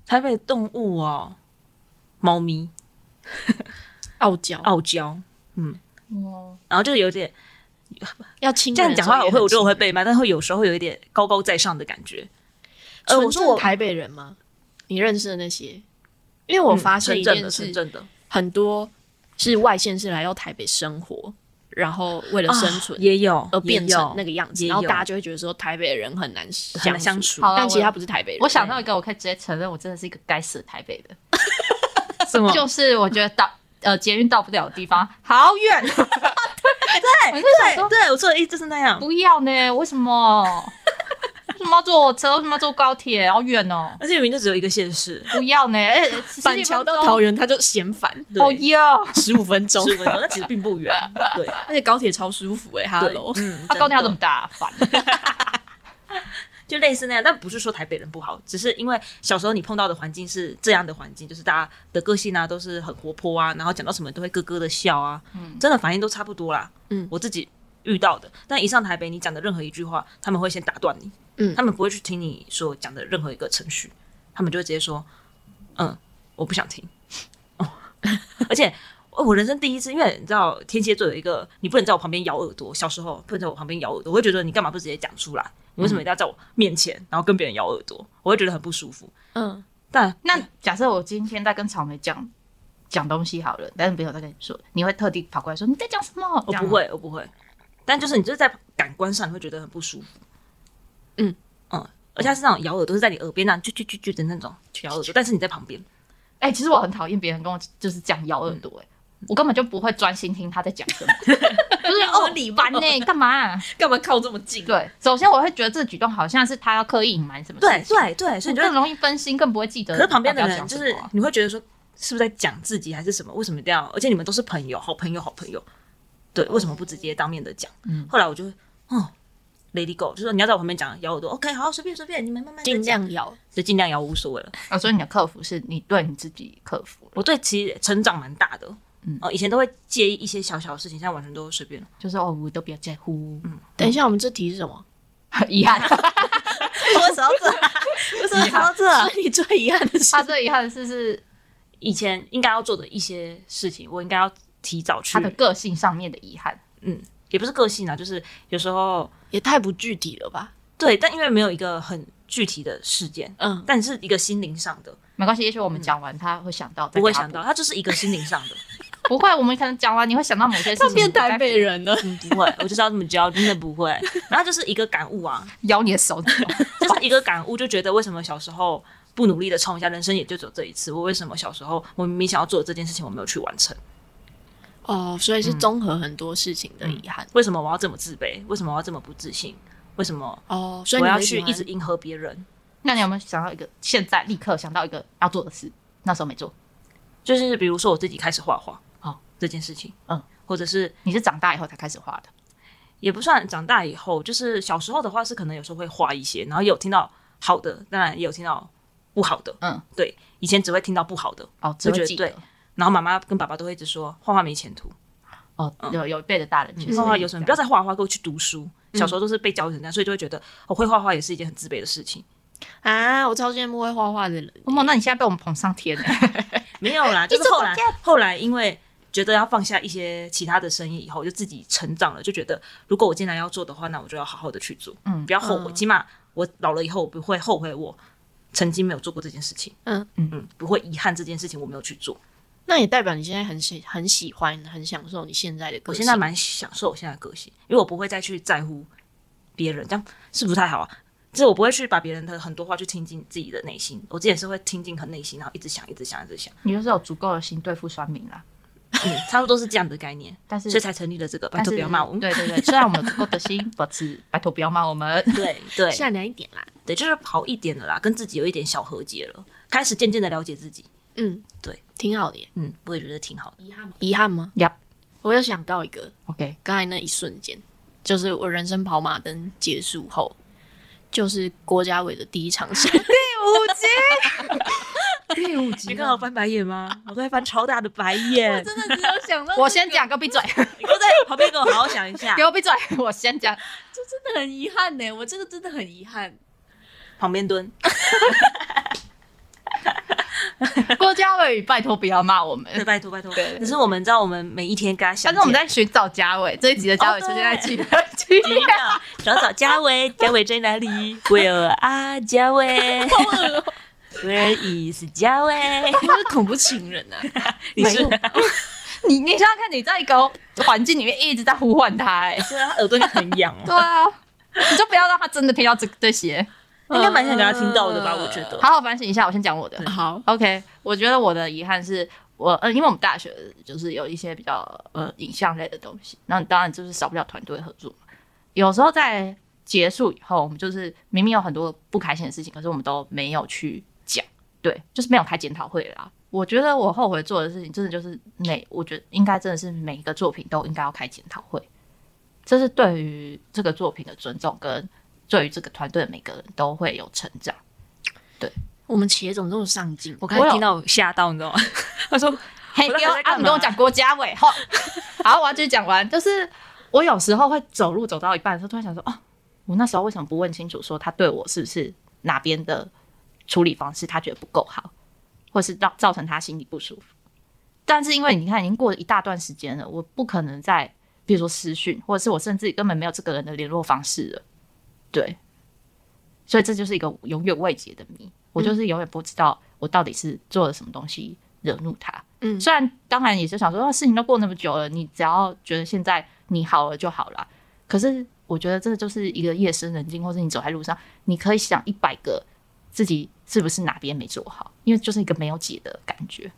A: 台北动物哦，猫咪
B: 傲娇，
A: 傲娇，
C: 哦，
A: 然后就是有点
B: 要亲
A: 这
B: 人
A: 样
B: 的时
A: 讲
B: 候也
A: 话，
B: 很
A: 我会我
B: 亲人。
A: 觉得我会被骂，但会有时候会有一点高高在上的感觉。呃，我
B: 纯
A: 说
B: 正
A: 我
B: 台北人吗？你认识的那些？因为我发现
A: 嗯纯
B: 一
A: 正的
B: 件
A: 纯
B: 事，
A: 正的
B: 很多是外县市来到台北生活，然后为
A: 啊
B: 了生存、
A: 也有
B: 而变成那
A: 个
B: 个样子，
A: 也
B: 然后
A: 有
B: 大家就会觉得说台北人很难
A: 很
B: 相
A: 难相。处
C: 好啦
B: 但其实
C: 我
B: 他不是台北人。
C: 我想到一个，我可以直接承认，我真的是一个该死的台北的，
A: 什么
C: 就是我觉得到呃捷运到不了的地方，好远。啊对，我就想
A: 对
C: 说
A: 对，我说的意思是那样，
C: 不要呢，为什么？为什么要坐火车？为什么要坐高铁？好远哦，
A: 而且明明就只有一个县市，
C: 不要呢。哎、
B: 板桥到桃园，他就嫌烦，
A: 对
C: 好哟，
B: 哦十五分钟
A: 十五分钟，那其实并不远，对
B: 而且高铁超舒服哎、欸、
A: 对
B: ，Hello，，
A: 嗯，
C: 啊它高铁要
A: 真的
C: 这么大，烦。
A: 就类似那样，但不是说台北人不好，只是因为小时候你碰到的环境是这样的环境，就是大家的个性啊都是很活泼啊，然后讲到什么都会咯咯的笑啊，
C: 嗯
A: 真的反应都差不多啦。
B: 嗯
A: 我自己遇到的，但一上台北，你讲的任何一句话，他们会先打断你，
B: 嗯
A: 他们不会去听你所讲的任何一个程序，他们就会直接说，嗯，我不想听，哦， 而且。哦我人生第一次，因为你知道天蝎座有一个，你不能在我旁边咬耳朵。小时候不能在我旁边咬耳朵，我会觉得你干嘛不直接讲出来？你为什么一定要在我面前，然后跟别人咬耳朵？我会觉得很不舒服。
B: 嗯，
A: 但
C: 那假设我今天在跟草莓讲讲东西好了，但是没有在跟你说，你会特地跑过来说你在讲什么？
A: 我
C: 这样
A: 哦不
C: 吗，
A: 会，我不会。但就是你就是在感官上你会觉得很不舒服。
B: 嗯
A: 嗯，而且它是那种咬耳朵是在你耳边那样啾啾啾啾的那种咬耳朵，但是你在旁边，
C: 哎、其实我很讨厌别人跟我就是这样咬耳朵、哎、
A: 嗯
C: 我根本就不会专心听他在讲 什么，就是哦，你玩呢，干嘛啊、
B: 干嘛靠这么近？
C: 对，首先我会觉得这举动好像是他要刻意隐瞒什么事
A: 对
C: 情，
A: 对对，所以
C: 你
A: 你就会
C: 更，容易分心，更不会记得。
A: 可是旁边的人
C: 讲
A: 就
C: 什
A: 是
C: 么啊
A: 你会觉得说是不是在讲自己还是什么？为什么一定要？而且你们都是朋友，好朋友，好朋友，对，为什么不直接当面的讲？
C: 嗯
A: 后来我就哦，Lady Go，就是说你要在我旁边讲咬耳朵，OK，好，随便随便，你们慢慢地
B: 尽
A: 讲，
B: 量咬。
A: 就尽量咬无所谓了。
C: 啊，所以你的克服是你对你自己克服了，
A: 我对其实成长蛮大的，嗯
C: 嗯，
A: 哦，以前都会介意一些小小的事情，现在完全都随便了。
C: 就是哦，我都不要在乎，
A: 嗯
B: 等一下，我们这题是什么？
C: 遗憾。
A: 我勺子，我什么勺子？
B: 是你最遗憾的 事
C: 他。最遗憾的是是
A: 以前应该要做的一些事情，我应该要提早去
C: 他，的个性上面的遗憾。
A: 也不是个性啊，就是有时候
B: 也太不具体了吧？
A: 对，但因为没有一个很具体的事件，
B: 嗯，
A: 但是一个心灵上的，
C: 没关系，也许我们讲完他会想到，
A: 嗯不会想到，，它就是一个心灵上的，
C: 不会，我们可能讲完你会想到某些事
B: 他
C: 情。
B: 变台北
C: 人，
B: 人了，
A: 嗯不会，我就是要这么教，真的不 会。然后就是一个感悟啊，
C: 咬你的手指。
A: 就是一个感悟，就觉得为什么小时候不努力的冲一下，人生也就只有这一次。我为什么小时候我明明想要做的这件事情，我没有去完成？
B: 哦，所以是综合很多事情的遗憾。
A: 为什么我要这么自卑？为什么我要这么不自信？为什么
B: 哦，所以
A: 我
B: 你
A: 要
B: 会喜
A: 去
B: 欢
A: 一直迎合别人？
C: 那你有没有想到一个现在立刻想到一个要做的事？那时候没做，
A: 就是比如说我自己开始画画，
C: 哦
A: 这件事情，
C: 嗯，
A: 或者是
C: 你是长大以后才开始画的。
A: 也不算长大以后，就是小时候的话是可能有时候会画一些，然后也有听到好的，当然也有听到不好的，
C: 嗯，
A: 对，以前只会听到不好的，
C: 哦，只
A: 我觉
C: 会
A: 得
C: 记得
A: 对。然后妈妈跟爸爸都会一直说画画没前途，
C: 哦，有有一辈的大人确实
A: 嗯画画
C: 会
A: 有
C: 这
A: 什
C: 样
A: 么？不要再画画，给我去读书。
C: 嗯
A: 小时候都是被教育成这样，所以就会觉得我、哦会画画也是一件很自卑的事情。
B: 啊，我超羡慕会画画的人。
C: 默默，那你现在被我们捧上天了。
A: 没有啦，就是
C: 一直
A: 后来
C: 不见
A: 后来因为觉得要放下一些其他的生意以后，就自己成长了，就觉得如果我既然要做的话，那我就要好好的去做，
C: 嗯
A: 不要后悔，
B: 嗯
A: 起码我老了以后我不会后悔我曾经没有做过这件事情，
B: 嗯
A: 嗯，不会遗憾这件事情我没有去做。
B: 那也代表你现在很喜很喜欢很享受你现在的
A: 我
B: 个性。
A: 现在蛮享受我现在的个性，因为我不会再去在乎别人，这样是不是太好啊？就是我不会去把别人的很多话去听进自己的内心，我之前是会听进很内心，然后一直想，一直想，一直想，
C: 你就是有足够的心对付酸民啦。
A: 嗯，差不多是这样的概念，
C: 但是
A: 所以才成立了这个。拜
C: 但
A: 托
C: 是
A: 不要骂我，
C: 对对对，虽然我们有足够的心，不是拜托不要骂我们。
A: 对对，
B: 善良一点啦。
A: 对，就是好一点了啦，跟自己有一点小和解了，开始渐渐的了解自己，
B: 嗯，
A: 对，
B: 挺好的耶。
A: 嗯，我也觉得挺好的。
C: 遗憾吗
B: 遗憾吗？
C: ？Yep。
B: 我又想到一个，
C: OK，
B: 刚才那一瞬间，就是我人生跑马灯结束后，就是郭家伟的第一 场生日。
C: 第五集
A: 你刚好翻白眼吗？我都在翻超大的白眼，
B: 真的只有想到
C: 我先讲，给我 闭嘴，
A: 你给我在旁边给我好好想一下
C: 给。我闭嘴，我先讲。
B: 这真的很遗憾呢，我这个真的很遗憾。
A: 旁边蹲，
C: 郭嘉伟，拜托不要骂我们。
A: 对，拜托拜托。
C: 对
A: 只是我们知道，我们每一天跟他想见，
C: 但是我们在寻找嘉伟，这一集的嘉伟出现在记得记得。
A: 真的 找找嘉伟，嘉伟在哪里？Where 啊，嘉 伟，Where is 嘉伟？
B: 我是恐怖情人啊！
A: 你是
B: 没
C: 你 你想想看，你在一个环境里面一直在呼唤他、哎，
A: 对啊，他耳朵应该很痒哦
C: 对啊，你就不要让他真的听到这这些，
A: 应该蛮想给他听到的吧？
B: 呃
A: 我觉得。
C: 好好反省一下。我先讲我的
B: 好，
C: ，OK，我觉得我的遗憾是我，呃，因为我们大学就是有一些比较呃影像类的东西，那当然就是少不了团队合作嘛。有时候在结束以后，我们就是明明有很多不开心的事情，可是我们都没有去讲，对，就是没有开检讨会啦。我觉得我后悔做的事情，真的就是每，我觉得应该真的是每一个作品都应该要开检讨会，这是对于这个作品的尊重，跟对于这个团队每个人都会有成长。
B: 我们茄总这么上进，
A: 我
B: 我
A: 刚
C: 我
A: 才
C: 有
A: 听到我吓到，你知道吗？他说
C: 嘿，
A: 我到
C: 不
A: 底
C: 要
A: 在干
C: 啊！
A: 嘛
C: 你跟我讲郭家伟后，好，我要继续讲完。就是我有时候会走路走到一半的时候，突然想说，哦，我那时候为什么不问清楚，说他对我是不是哪边的处理方式他觉得不够好，或是让造成他心里不舒服？但是因为你看，已经过了一大段时间了，我不可能再比如说私讯，或者是我甚至根本没有这个人的联络方式了，对，所以这就是一个永远未解的谜。我
A: 嗯
C: 就是永远不知道我到底是做了什么东西惹怒他。
B: 嗯
C: 虽然当然也是想说，啊事情都过那么久了，你只要觉得现在你好了就好了。可是我觉得这就是一个夜深人静，或是你走在路上，你可以想一百个自己是不是哪边没做好，因为就是一个没有解的感觉。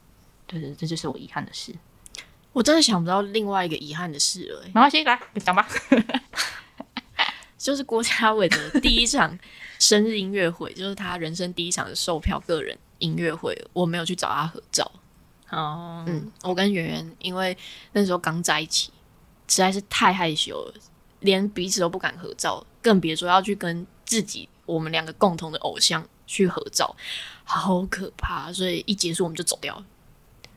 C: 对对，这就是我遗憾的事。
B: 我真的想不到另外一个遗憾的事了欸，
C: 没关系，来讲吧。
B: 就是郭家伟的第一场生日音乐会，就是他人生第一场的售票个人音乐会，我没有去找他合照。
A: 哦，
B: 嗯，我跟圆圆因为那时候刚在一起，实在是太害羞了，连彼此都不敢合照，更别说要去跟自己我们两个共同的偶像去合照，好可怕！啊所以一结束我们就走掉了，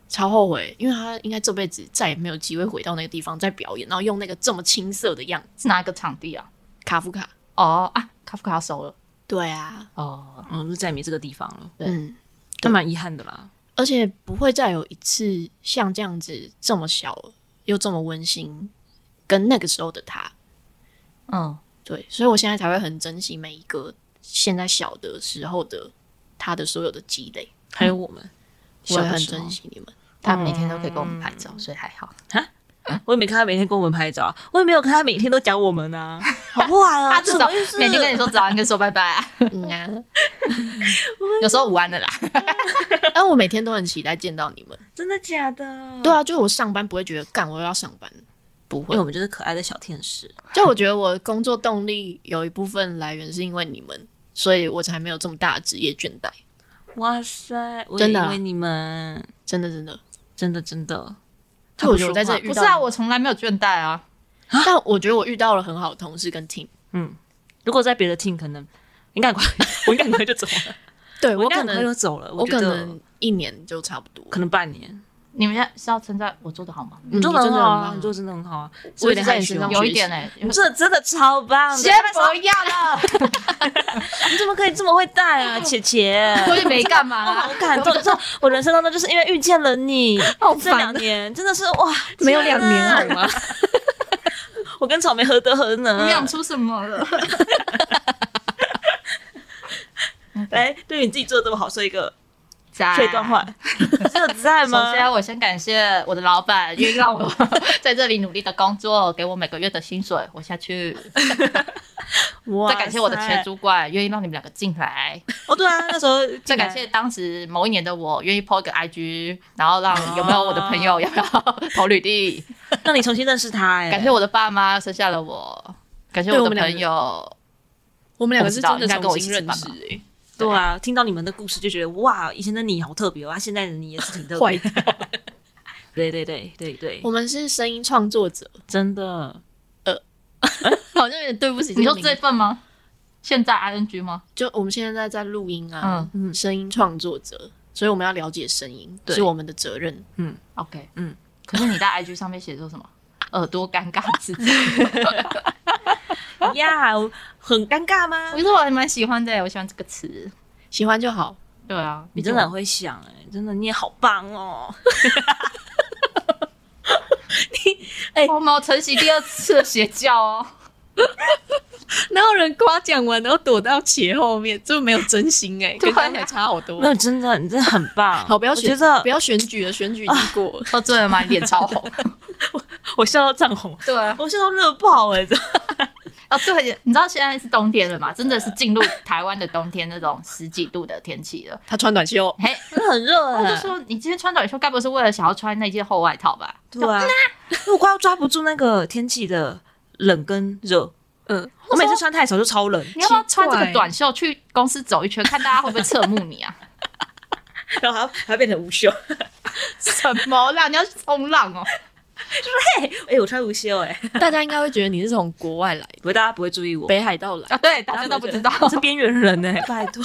B: 超后悔，因为他应该这辈子再也没有机会回到那个地方再表演，然后用那个这么青涩的样子，
C: 是哪一个场地啊？
B: 卡夫卡。
C: 哦啊，卡夫卡要收了。
B: 对啊，
C: 哦，
A: 我们就再也没这个地方了，
C: 对
B: 嗯，
A: 那蛮遗憾的啦。
B: 而且不会再有一次像这样子这么小又这么温馨，跟那个时候的他
C: 嗯，
B: 对，所以我现在才会很珍惜每一个现在小的时候的他的所有的积累，
A: 还有我们，
B: 我也
A: 小的
B: 很
A: 时候
B: 珍惜你 们。
C: 他每天都可以跟我们拍照，所以还好。
A: 我也没看他每天跟我们拍照，啊我也没有看他每天都讲我们 啊，好不玩啊！
C: 他至
A: 什
C: 少
A: 么意思
C: 每天跟你说早安，跟你说拜拜啊、
B: 嗯啊，
C: 有时候午安 的啦。
B: 啊但我每天都很期待见到你们。
A: 真的假的？
B: 对，啊，就是我上班不会觉得干我又要上班，不
A: 因为
B: 会
A: 我。们就是可爱的小天使。
B: 就我觉得我工作动力有一部分来源是因为你们，所以我才没有这么大的职业倦怠。
A: 哇塞，我
B: 真的啊
A: 因为你们，
B: 真的真的，
A: 真的真的，
B: 就我觉得我在这
A: 他
B: 里
A: 不
B: 遇
C: 不
B: 到
C: 是
B: 你
C: 啊，
B: 们
C: 我从来没有倦怠啊。
B: 但我觉得我遇到了很好的同事跟 team。
A: 如果在别的 team 可能。应 该很快，我应该很快就走了。
B: 对 我
A: 应该
B: 可
A: 很快就
B: 能
A: 走了。
B: 我
A: 觉
B: 可
A: 得
B: 能一年就差不多。
A: 可能半年。
C: 你们现在是要称赞我做的好吗？
B: 嗯
A: 你做的很好啊，你
B: 你
A: 做
B: 真的很棒
A: 的真的很好啊。
B: 我
A: 有
B: 一
A: 点
B: 直
A: 害
B: 在你身
A: 羞
B: 上，
C: 有一点哎、
A: 你这真的超棒 的！
C: 先不要了，
A: 你怎么可以这么会带 啊，姐姐？
C: 我也没干嘛、
A: 我好感动，这我人生当中就是因为遇见了 你，这两年真的是哇，
B: 啊没有两年好
A: 天哪
B: 吗？
A: 我跟草莓何德何能？
C: 出什么 了？
A: 来，对你自己做的这么好，说一个，
C: 再
A: 说一段话，这有在
C: 啊首
A: 吗？
C: 先，我先感谢我的老板，愿意让我 在这里努力的工作，给我每个月的薪水活下去。
A: 哇
C: 再
A: 塞
C: 感谢我的前。主管，愿意让你们两个进来。
A: 哦，对啊，那时候
C: 再感谢当时某一年的我，愿意 PO 一个 IG，然后让有没有我的朋友要不要 投履历？
A: 让 你重新认识他，哎，
C: 感谢我的爸妈生下了我，感谢
B: 对
C: 我
B: 我
C: 的
B: 们两个
C: 朋友，
B: 我们两个是真
C: 我
B: 的
C: 不知道应该跟
B: 重
C: 我一
B: 新
C: 起
B: 认
C: 吃
B: 识
C: 饭
B: 诶、
A: 对啊，听到你们的故事就觉得哇，以前的你好特别哦，啊，现在的你也是挺 特别。的。对对对对对，
B: 我们是声音创作者，
A: 真的
B: 好像有点对不起这
C: 你说
B: 个名字
C: 这份吗？现在 ING 吗？
B: 就我们现在在录音啊，嗯，声音创作者，所以我们要了解声音，
A: 对
B: 是我们的责任。
C: OK，
A: 嗯
C: 嗯，可是你在 IG 上面写说什么？ 耳朵尴尬自己，
A: 呀，很尴尬吗
C: 我？觉得我还蛮喜欢的，我喜欢这个词。
B: 喜欢就好，
C: 对啊，
A: 你真的很会想哎、真的你也好棒哦。
C: 我们有承袭第二次的邪教哦。
B: 哪有人夸奖完然后躲到鞋后面，这没有真心 哎、
C: 对
B: 跟
C: 啊
B: 刚才差好多
A: 没。有，真的，你真的很棒。
B: 好，不要
A: 我觉
B: 选
A: 得
B: 不要选举了，选举已经过了。
C: 说哦对 了吗？你脸超红。
A: 我笑到涨红，
C: 对啊，
A: 我笑到热爆哎、真的
C: 哦对，你知道现在是冬天了嘛？真的是进入台湾的冬天那种十几度的天气 了。
B: 他穿短 袖，
C: 嘿，
A: 真的很热
C: 我
A: 哎、
C: 就说你今天穿短袖，该不是为了想要穿那件厚外套吧？
A: 对啊， 因为我快要抓不住那个天气的冷跟热。
B: 嗯，
A: 我每次穿太少就超冷，
C: 你要不要穿这
B: 奇
C: 个
B: 怪
C: 短袖去公司走一圈，看大家会不会侧目你啊？
A: 然后还要还要变成无 袖。
C: 什么啦？你要去冲浪哦？
A: 哎、我穿无袖哎、
B: 大家应该会觉得你是从国外来，
A: 不会大家不会注意我，
B: 北海道来。
C: 啊，对，大家都不知道。
A: 我是边缘人哎、 拜托，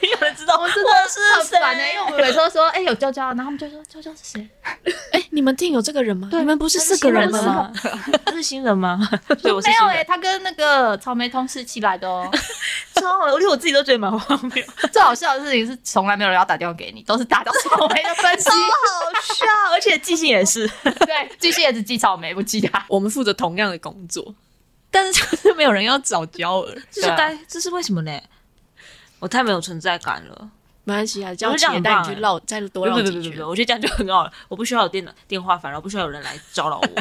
A: 有人知道我
C: 真的
A: 是
C: 很烦的、因为我们有时候说，哎、有娇娇，然后他们就说娇娇是谁？
B: 哎、你们店有这个人吗？你们不是四个人
A: 吗？欸
B: 的吗？
A: 他是新人吗？对，我是
C: 没有
A: 新
C: 哎、
A: 人。
C: 他跟那个草莓同事一起来的哦。
A: 超好了，我连我自己都觉得蛮荒 谬，
C: 最好笑的事情是，从来没有人要打电话给你，都是打到草莓的分 析。
A: 好笑，而且记性也 是。
C: 对，继续也只记草莓，不 记他。
B: 我们负责同样的工作，但是就是没有人要找娇儿。
A: 这是该，这是为什么呢？我太没有存在感了。
B: 没关系啊，娇
A: 我觉得这样
B: 姐
A: 很
B: 带
A: 棒
B: 你去
A: 哎
B: 绕，再多
A: 不
B: 绕
A: 不不
B: 几
A: 不
B: 圈
A: 不，。我觉得这样就很好了。我不需要有电脑电话烦扰，不需要有人来骚扰我。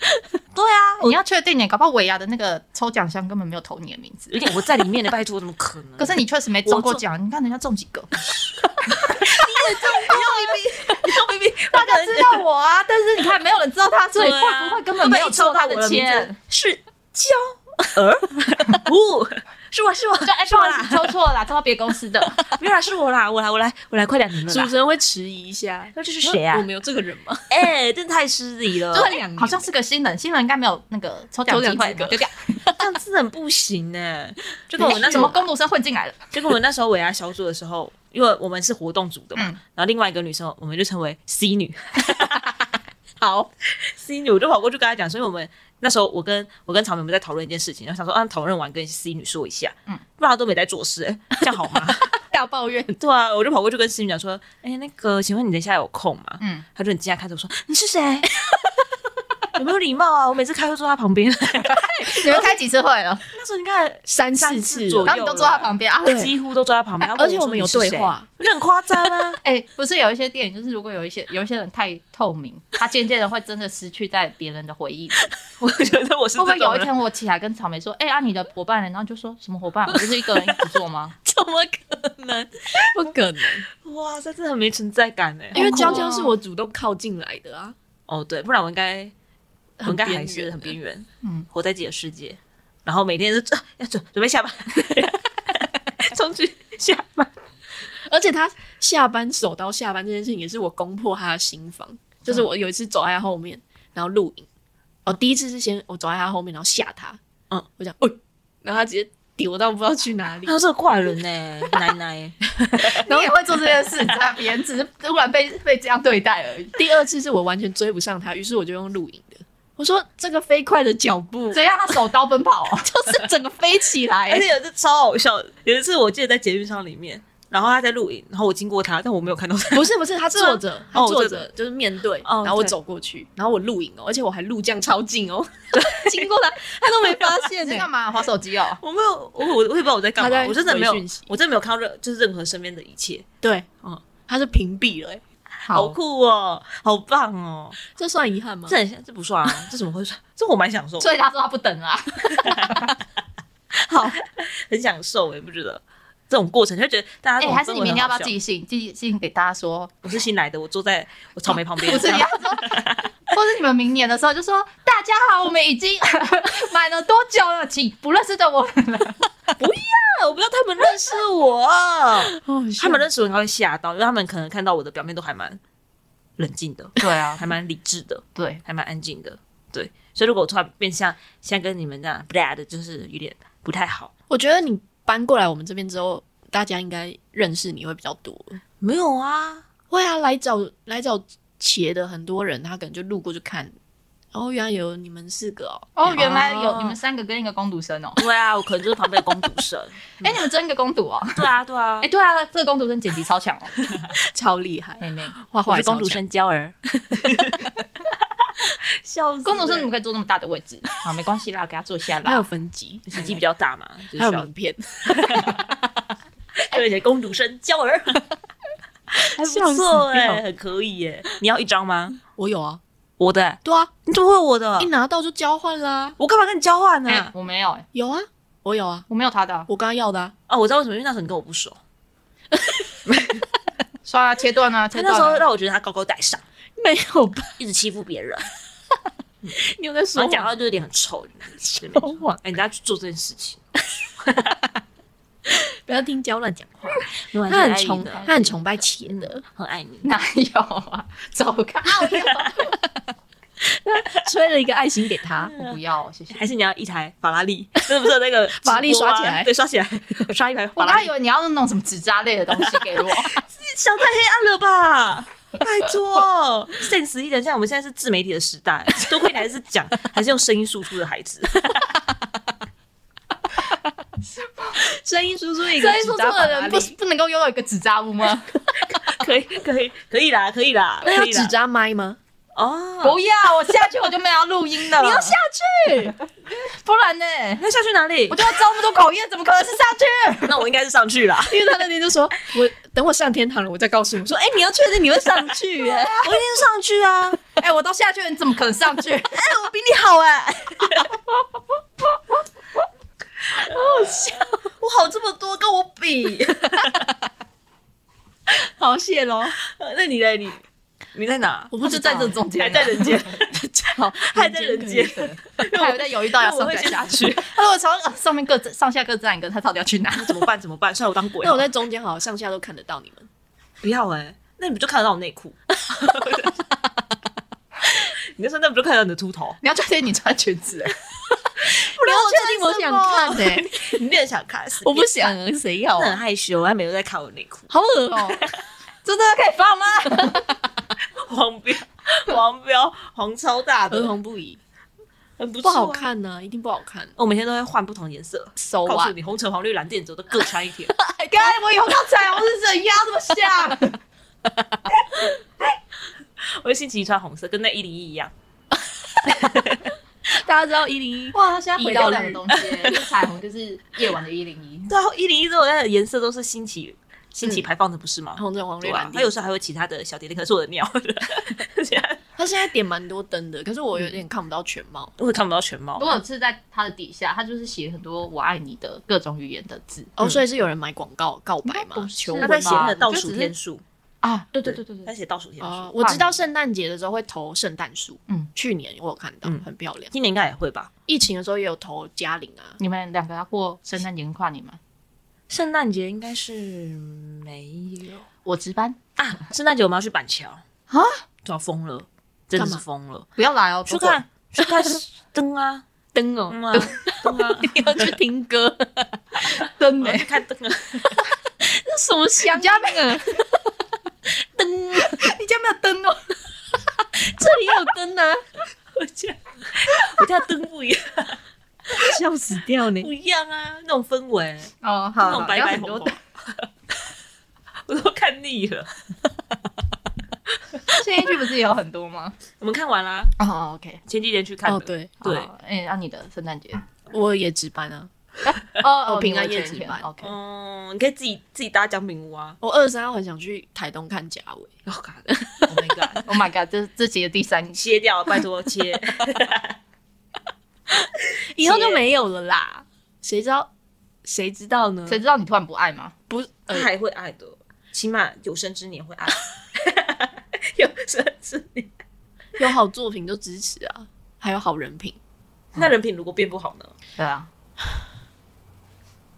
A: 对啊，
C: 你要确定欸点，搞不好尾牙的那个抽奖箱根本没有投你的名 字。
A: 有点我在里面的，拜托，怎么可能？
C: 可是你确实没中过奖，你看人家中几个， 啊
A: 你说 B B，
C: 大家知道我啊，但是你看没有人知道他，所以
A: 对啊
C: 会不会根本没有抽他的签？
A: 是娇 儿，呜，是我是我，
C: 就哎，
A: 是
C: 不
A: 我
C: 好意思，
A: 啦，
C: 抽错了啦，抽到别公 司的。
A: 没有啦，是我啦，我来我来我来，快点你们
B: 主
A: 啦。
B: 持人会迟疑一下，
A: 那这是谁啊
B: 我们有这个人吗？
A: 哎，真的太失礼了，
C: 就
B: 两
C: 会
B: 年
C: 好像是个新人，新人应该没有那个抽奖
B: 抽奖
C: 机会
B: 资格
C: 丢掉。
A: 这样真的很不行呢。就跟
C: 哎
A: 我那时
C: 怎么
A: 候，
C: 工读生混进来了？
A: 就跟我那时候尾牙小组的时候，因为我们是活动组
B: 嗯
A: 的嘛，然后另外一个女生，我们就称为 C 女。
B: 好，
A: C 女，我就跑过去跟她讲，所以我们那时候我跟我跟草莓我们在讨论一件事情，然后想说啊，讨论完跟 C 女说一下，嗯
C: 嗯，
A: 不然她都没在做事、哎这样好 吗？
B: 大抱怨。
A: 对啊，我就跑过去跟 C 女讲说，哎、那个，请问你等一下有空吗？
C: 嗯，
A: 她就很惊讶看着我说，你是 谁？有没有礼貌啊？我每次开会坐她旁 边，
C: 你们开几次会 了？
A: 那时候你看
B: 三
A: 三
B: 四
A: 次
B: 次
A: 左右
B: 了，
C: 然后你都坐他旁边啊？
B: 对
A: 几乎都坐她旁边，
B: 哎
A: 她问
B: 而且我们有
A: 说你是
B: 对话
A: 谁，就很夸张啊。
C: 哎、不是有一些电影，就是如果有一些有一些人太透明， 他渐渐的会真的失去在别人的回 忆里。
A: 我觉得我是
C: 会不会
A: 这种
C: 有一
A: 人
C: 天我起来跟草莓说：“哎、啊，你的伙伴呢？”然后就说什么伙伴？我就是一个人一起做吗？
B: 怎么可能？不可能，
A: 哇塞，真的很没存在感哎。
B: 因为
C: 好酷
B: 娇
C: 哦
B: 娇是我主动靠近来的啊。
A: 哦对，不然我应该我应该还
B: 边
A: 是
B: 缘
A: 很边缘，
C: 嗯，
A: 活在自己的世界，然后每天就要准准备下班，冲去下班。
B: 而且她下班手刀下班这件事情，也是我攻破她的心房。就是我有一次走在她后面，然后录影。哦，第一次是先我走在她后面，然后吓她。
A: 嗯，
B: 我讲，哦，然后她直接丢到不知道去哪 里。
A: 他是个怪人呢，奶奶。
C: 你也会做这件事，你 知道别人只是突然被被这样对待 而已。
B: 第二次是我完全追不上她，于是我就用录影的。我说这个飞快的脚步，？
C: 怎样？他手刀奔跑、 哦
B: 就是整个飞起 来、
A: 而且有一次超好笑的，有一次我记得在捷运上里面，然后他在录影，然后我经过他，但我没有看到他。
B: 不是不是，他坐着，他
A: 哦
B: 坐
A: 坐
B: 着就是面对，
A: 哦
B: 然后我
A: 对
B: 走过去，然后我录影哦，而且我还录这样超近哦，经过他他 都没发现
C: 啊你
B: 呢
C: 在。干嘛？划手机哦？
A: 我没有，我我我也不知道我在干
B: 他
A: 嘛，
B: 在
A: 我真的没有
B: 回讯息，
A: 我真的没有看到任就是任何身边的一切，
B: 对，
A: 嗯
B: 嗯，他是屏蔽了欸，
A: 好酷哦，好棒哦，
B: 这算遗憾吗
A: 这？很像这不算啊，这怎么会算？这我蛮享受的，
C: 所以他说他不等了、啊。
A: 很享受哎，不觉得？这种过程就觉得大家
C: 哎、
A: 这种
C: 还是
A: 氛
C: 你
A: 围
C: 明天
A: 很
C: 要不
A: 好
C: 要
A: 笑
C: 寄信？寄信给大家 说，哦
A: 我是新来的，我坐在我草莓旁边。
C: 不是你要说，或是你们明年的时候就说大大家好，我们已经 满了多久了？请不认识的我们了。
A: 我不要他们认识我，啊 他
B: 他们
A: 们认识我应该会吓到，因为他们可能看到我的表面都还蛮冷静的，
C: 对啊，
A: 还蛮理智的，
C: 对，
A: 还蛮安静的，对。所以如果我突然变像像跟你们这样 b l a 的，就是有点不太好。
B: 我觉得你搬过来我们这边之后，大家应该认识你会比较多。
A: 没有啊，
B: 会啊，来找来找茄的很多人，他可能就路过就看，哦，原来有你们四个哦，
C: 哦，原来有
A: 哦
C: 你们三个跟一个攻读生哦。
A: 对啊，我可能就是旁边的公主 生。
C: 哎，你们真一个攻读哦？
A: 对啊，对啊
C: 哎，，对啊，这个攻读生剪辑超强哦。
B: 超厉害，
C: 妹妹，
B: 画
A: 我
B: 画
A: 是
B: 也超
A: 公主
B: 强，
A: 生娇儿， 笑死！
C: 攻读生怎么可以坐那么大的位置？ 好，没关系啦，给他坐下
B: 还有
C: 啦。
B: 分级，
A: 体积比较大嘛，就
B: 还有
A: 是要
B: 名片，
A: 对而且公主生娇 儿， 还不错哎、很可以耶、你要一张吗？
B: 啊
A: 哎
B: 我有啊，
A: 我的、欸，
B: 对啊，
A: 你怎么会有我的
B: 一？拿到就交换啦，
A: 我干嘛跟你交换呢、
C: 哎，我没有，哎，
B: 有啊，我有啊，
C: 我没有他的啊，
B: 我刚刚要的啊，
A: 啊，我知道为什么，因为那时候你跟我不熟，
C: 刷啊，切断啊，
A: 他
C: 切
A: 那
C: 断
A: 时候
C: 啊。
A: 让我觉得他高高在上，
B: 没有吧？
A: 一直欺负别 人，
B: 你有在
A: 然
B: 说
A: 后讲
B: 谎？
A: 话就是脸很臭。就是
B: 说谎，
A: 哎，你等下去做这件事情，
B: 不要听娇乱讲 话，他
A: 他
B: 很崇，他很崇拜茄的
A: 的，，很爱你。
C: 哪有啊？走开！
B: 吹了一个爱心给他，
C: 啊我不要，谢谢。
A: 还是你要一台法拉利？那不是有那个
B: 法拉利
A: 直播吗
B: 刷起来
A: 对，刷 起来，我刷一台法
C: 我
A: 拉
C: 刚
A: 利
C: 刚以。为你要弄什么纸扎类的东西给我，
A: 想太黑暗了吧？拜托，现实一点，像我们现在是自媒体的时代，多亏你还是讲，还是用声音输出的孩 子。
B: 声音输出一
C: 所以说
B: 纸扎
C: 这个
B: 法拉
C: 人
B: 利
C: 不是不能够拥有一个纸扎屋吗？
A: 可以，可以，可以啦，可以啦，
B: 那要
A: 可以啦
B: 纸扎麦吗？
A: 哦。
C: 不要，我下去我就没有要录音 了。你要下去，不然呢？
A: 你要下去哪里
C: 我？就要招那么多口业，怎么可能是上去？
A: 那我应该是上去 啦。
B: 因为他那天就说，我等我上天堂了，我再告诉你。我说，哎、你要确定你会上去哎耶、
A: 我一定是上去啊！
C: 哎、我都下去了，你怎么可能上去？
A: 哎，我比你好哎、
B: 啊
C: 我好这么 多，跟我 比，
B: 好谢喽，
A: 那你嘞？你你在哪？
B: 我
C: 我
B: 不
C: 不
B: 知
C: 是
B: 道
C: 在这中间、
A: 还在 人间，
B: 好，
A: 还在人间，
C: 还有在犹豫到要
A: 我
C: 上
A: 会
C: 不要
A: 先
C: 下
A: 下
C: 去。
A: 去，
C: 他说我从呃上面各自上下各站一个，他到底要去哪？
A: 怎么办？怎么办？算我当鬼
B: 那
A: 好
B: 我
A: 了。
B: 在中间，好像上下都看得到你们。
A: 不要哎、那你不就看得到我内裤？ 你那时候那不就看得到你的秃头？
C: 你要确定你穿裙子、哎
B: 不
A: 然我
B: 确定我想看欸呢、
A: 你有点想看死？
B: 我不想，谁要
A: 真的很
B: 啊？
A: 害羞，他每天都在看我内裤，
B: 好恶哦、
C: 哦，这 真的可以放 吗？
A: 黄标、黄标、黄超大
B: 儿
A: 的，
B: 童不宜，
A: 很不
B: 不
A: 错啊哦
B: 好。看呢、一定不好看。
A: 我每天都会换不同颜色，
B: 手
A: 告
B: 啊
A: 诉，你红橙黄绿蓝靛紫我都各穿 一天。
C: 该哎我以后到彩虹是怎样这么 像？
A: 我就星期一穿红色，跟那一零一一样。
B: 大家知道一零一，
C: 哇，他现在
B: 毁
C: 回
B: 掉
C: 到
B: 两
C: 两
B: 个东
C: 个东西，就是彩虹就是夜晚的一零 一。
A: 对啊，一零一之后那的颜色都是星期星期排放的，不是吗？
B: 嗯红橙黄绿
A: 对啊
B: 蓝，
A: 它
B: 靛
A: 有。时候还会其他的小点点，可是我的尿，
B: 他现在点蛮多灯的，可是我有点看不到全貌。
A: 我也看不到全貌
C: 如。果是在它的底下，它就是写很多“我爱你”的各种语言的字
B: 哦，所以是有人买广告告白
C: 应该
B: 吗？
C: 不是
B: 求
C: 啊
A: 他
B: 婚
A: 在
B: 吗
A: 写那个
C: 吧
A: 倒
C: 我觉得
A: 数
C: 只是
A: 天数，
C: 啊！对对对对
A: 他
C: 对，
A: 写倒数天
B: 哦
A: 数，。
B: 我知道圣诞节的时候会投圣诞树，
C: 嗯，
B: 去年我有看到，
A: 嗯
B: 很漂亮。
A: 今年应该也会吧？
B: 疫情的时候也有投嘉玲啊，
C: 你们两个要过圣诞节跟跨年吗？
A: 圣诞节应该是没有。
C: 我值班，
A: 啊，圣诞节我们要去板桥
C: 啊，
A: 对啊，疯了，真的是
B: 干嘛
A: 疯了，
C: 不要来哦，
A: 去
C: 不过
A: 看去看灯啊，
B: 灯哦
A: 嗯啊，灯啊，
B: 你要去听歌，
C: 灯
A: 我要去看灯啊，
B: 那什么香
C: 你家没有，
B: 灯啊？
C: 你家没有灯哦，
B: 这里也有灯啊，
A: 我家我家灯不一样，
B: 笑死掉你！
A: 不一样啊，那种氛围，
C: 哦，
A: 那
C: 好
A: 种白白红红， 我都看腻了。
C: 现在剧不是也有很多吗？
A: 我们看完啦，
C: 哦，OK，
A: 前几天去看
B: 哦，
A: 的，
B: 对，
A: 对嗯
C: 好，哎，那你的圣诞节，
B: 我也值班啊，
C: 哦
B: 平安夜值
C: 值
B: 班
C: 班，OK，
A: 嗯，你可以自己自己搭姜饼屋啊。
B: 我二十三号很想去台东看贾伟，
A: Oh God，Oh my God，
C: Oh my god，这是这集的第三集，
A: 切掉，拜托切。
B: 以后就没有了啦，谁知道？谁知道呢？
C: 谁知道你突然不爱吗？
B: 不
A: 他
B: 呃，
A: 还会爱的，起码有生之年会 爱。有生之年，
B: 有好作品就支持啊，还有好人品。
A: 那人品如果变不好呢？
C: 对啊，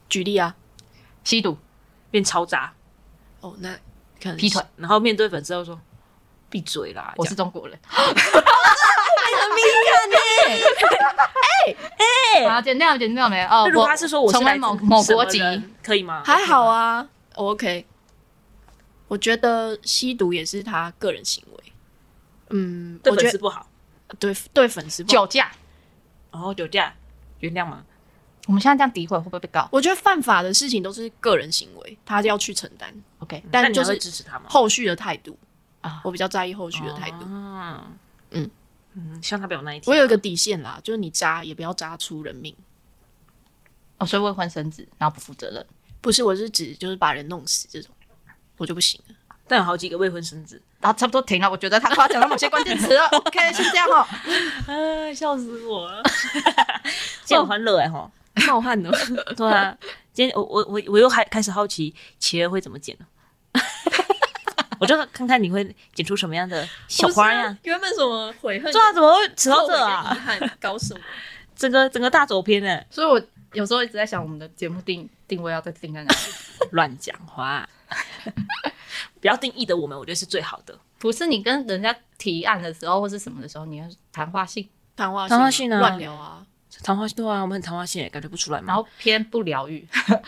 B: 举例啊，
C: 吸毒、
A: 变嘈杂，
B: 哦，那可能是
C: 劈腿，，
A: 然后面对粉丝又说闭嘴啦，
C: 我是中国人，
A: 很敏感呢。
C: 啊，哎剪掉剪掉没有？哦
A: 那，如果他是说我是
C: 成为
A: 来自
C: 某某
A: 什么
C: 国籍
A: 人，可以吗？
B: 还好啊、o k 我觉得吸毒也是他个人行为。嗯，
A: 对
B: 我
A: 粉
B: 觉
A: 丝
B: 得
A: 不好，
B: 对对粉丝不好，
C: 酒驾，
A: 然后酒驾原谅吗？
C: 我们现在这样诋毁会不会被告
B: 我觉得犯法的事情都是个人行为，他要去承担。
C: ？OK，
A: 那
B: 但
A: 你就
B: 你要
A: 是支持他吗？
B: 后续的态度
C: 啊
B: 我比较在意后续的态度。
A: 嗯
B: 嗯
A: 嗯，希望他不要有那一天。
B: 我有一个底线啦，就是你渣也不要渣出人命。
C: 哦，所以未婚生子，然后不负责任，
B: 不是，我是指就是把人弄死这种，我就不行了。
A: 但有好几个未婚生子，
C: 然后差不多停了。我觉得他夸奖了某些关键词了。OK，先这 样哦。
A: 啊，笑死我 了！今天很欢乐哎吼，
B: 冒 汗呢？
A: 对啊，今天我我我我又还开始好奇企鹅会怎么剪了， 我就看看你会剪出什么样的小花样。。
B: 原本什么悔恨
A: 对啊，怎么会扯到
B: 后悔
A: 这
B: 跟
A: 啊
B: 遗？憾搞什么？
A: 整个整个大走偏呢，
C: 所以我有时候一直在想，我们的节目定定位要再定在哪里？
A: 乱讲话。 不要定义的我们，我觉得是最好的。
C: 不是你跟人家提案的时候或是什么的时候，你要谈话性，
B: 谈话
A: 谈话
B: 性
A: 性啊
B: 乱聊啊，
A: 谈话对啊，我们很谈话性耶，感觉不出来
C: 然
A: 嘛，
C: 后偏不疗愈，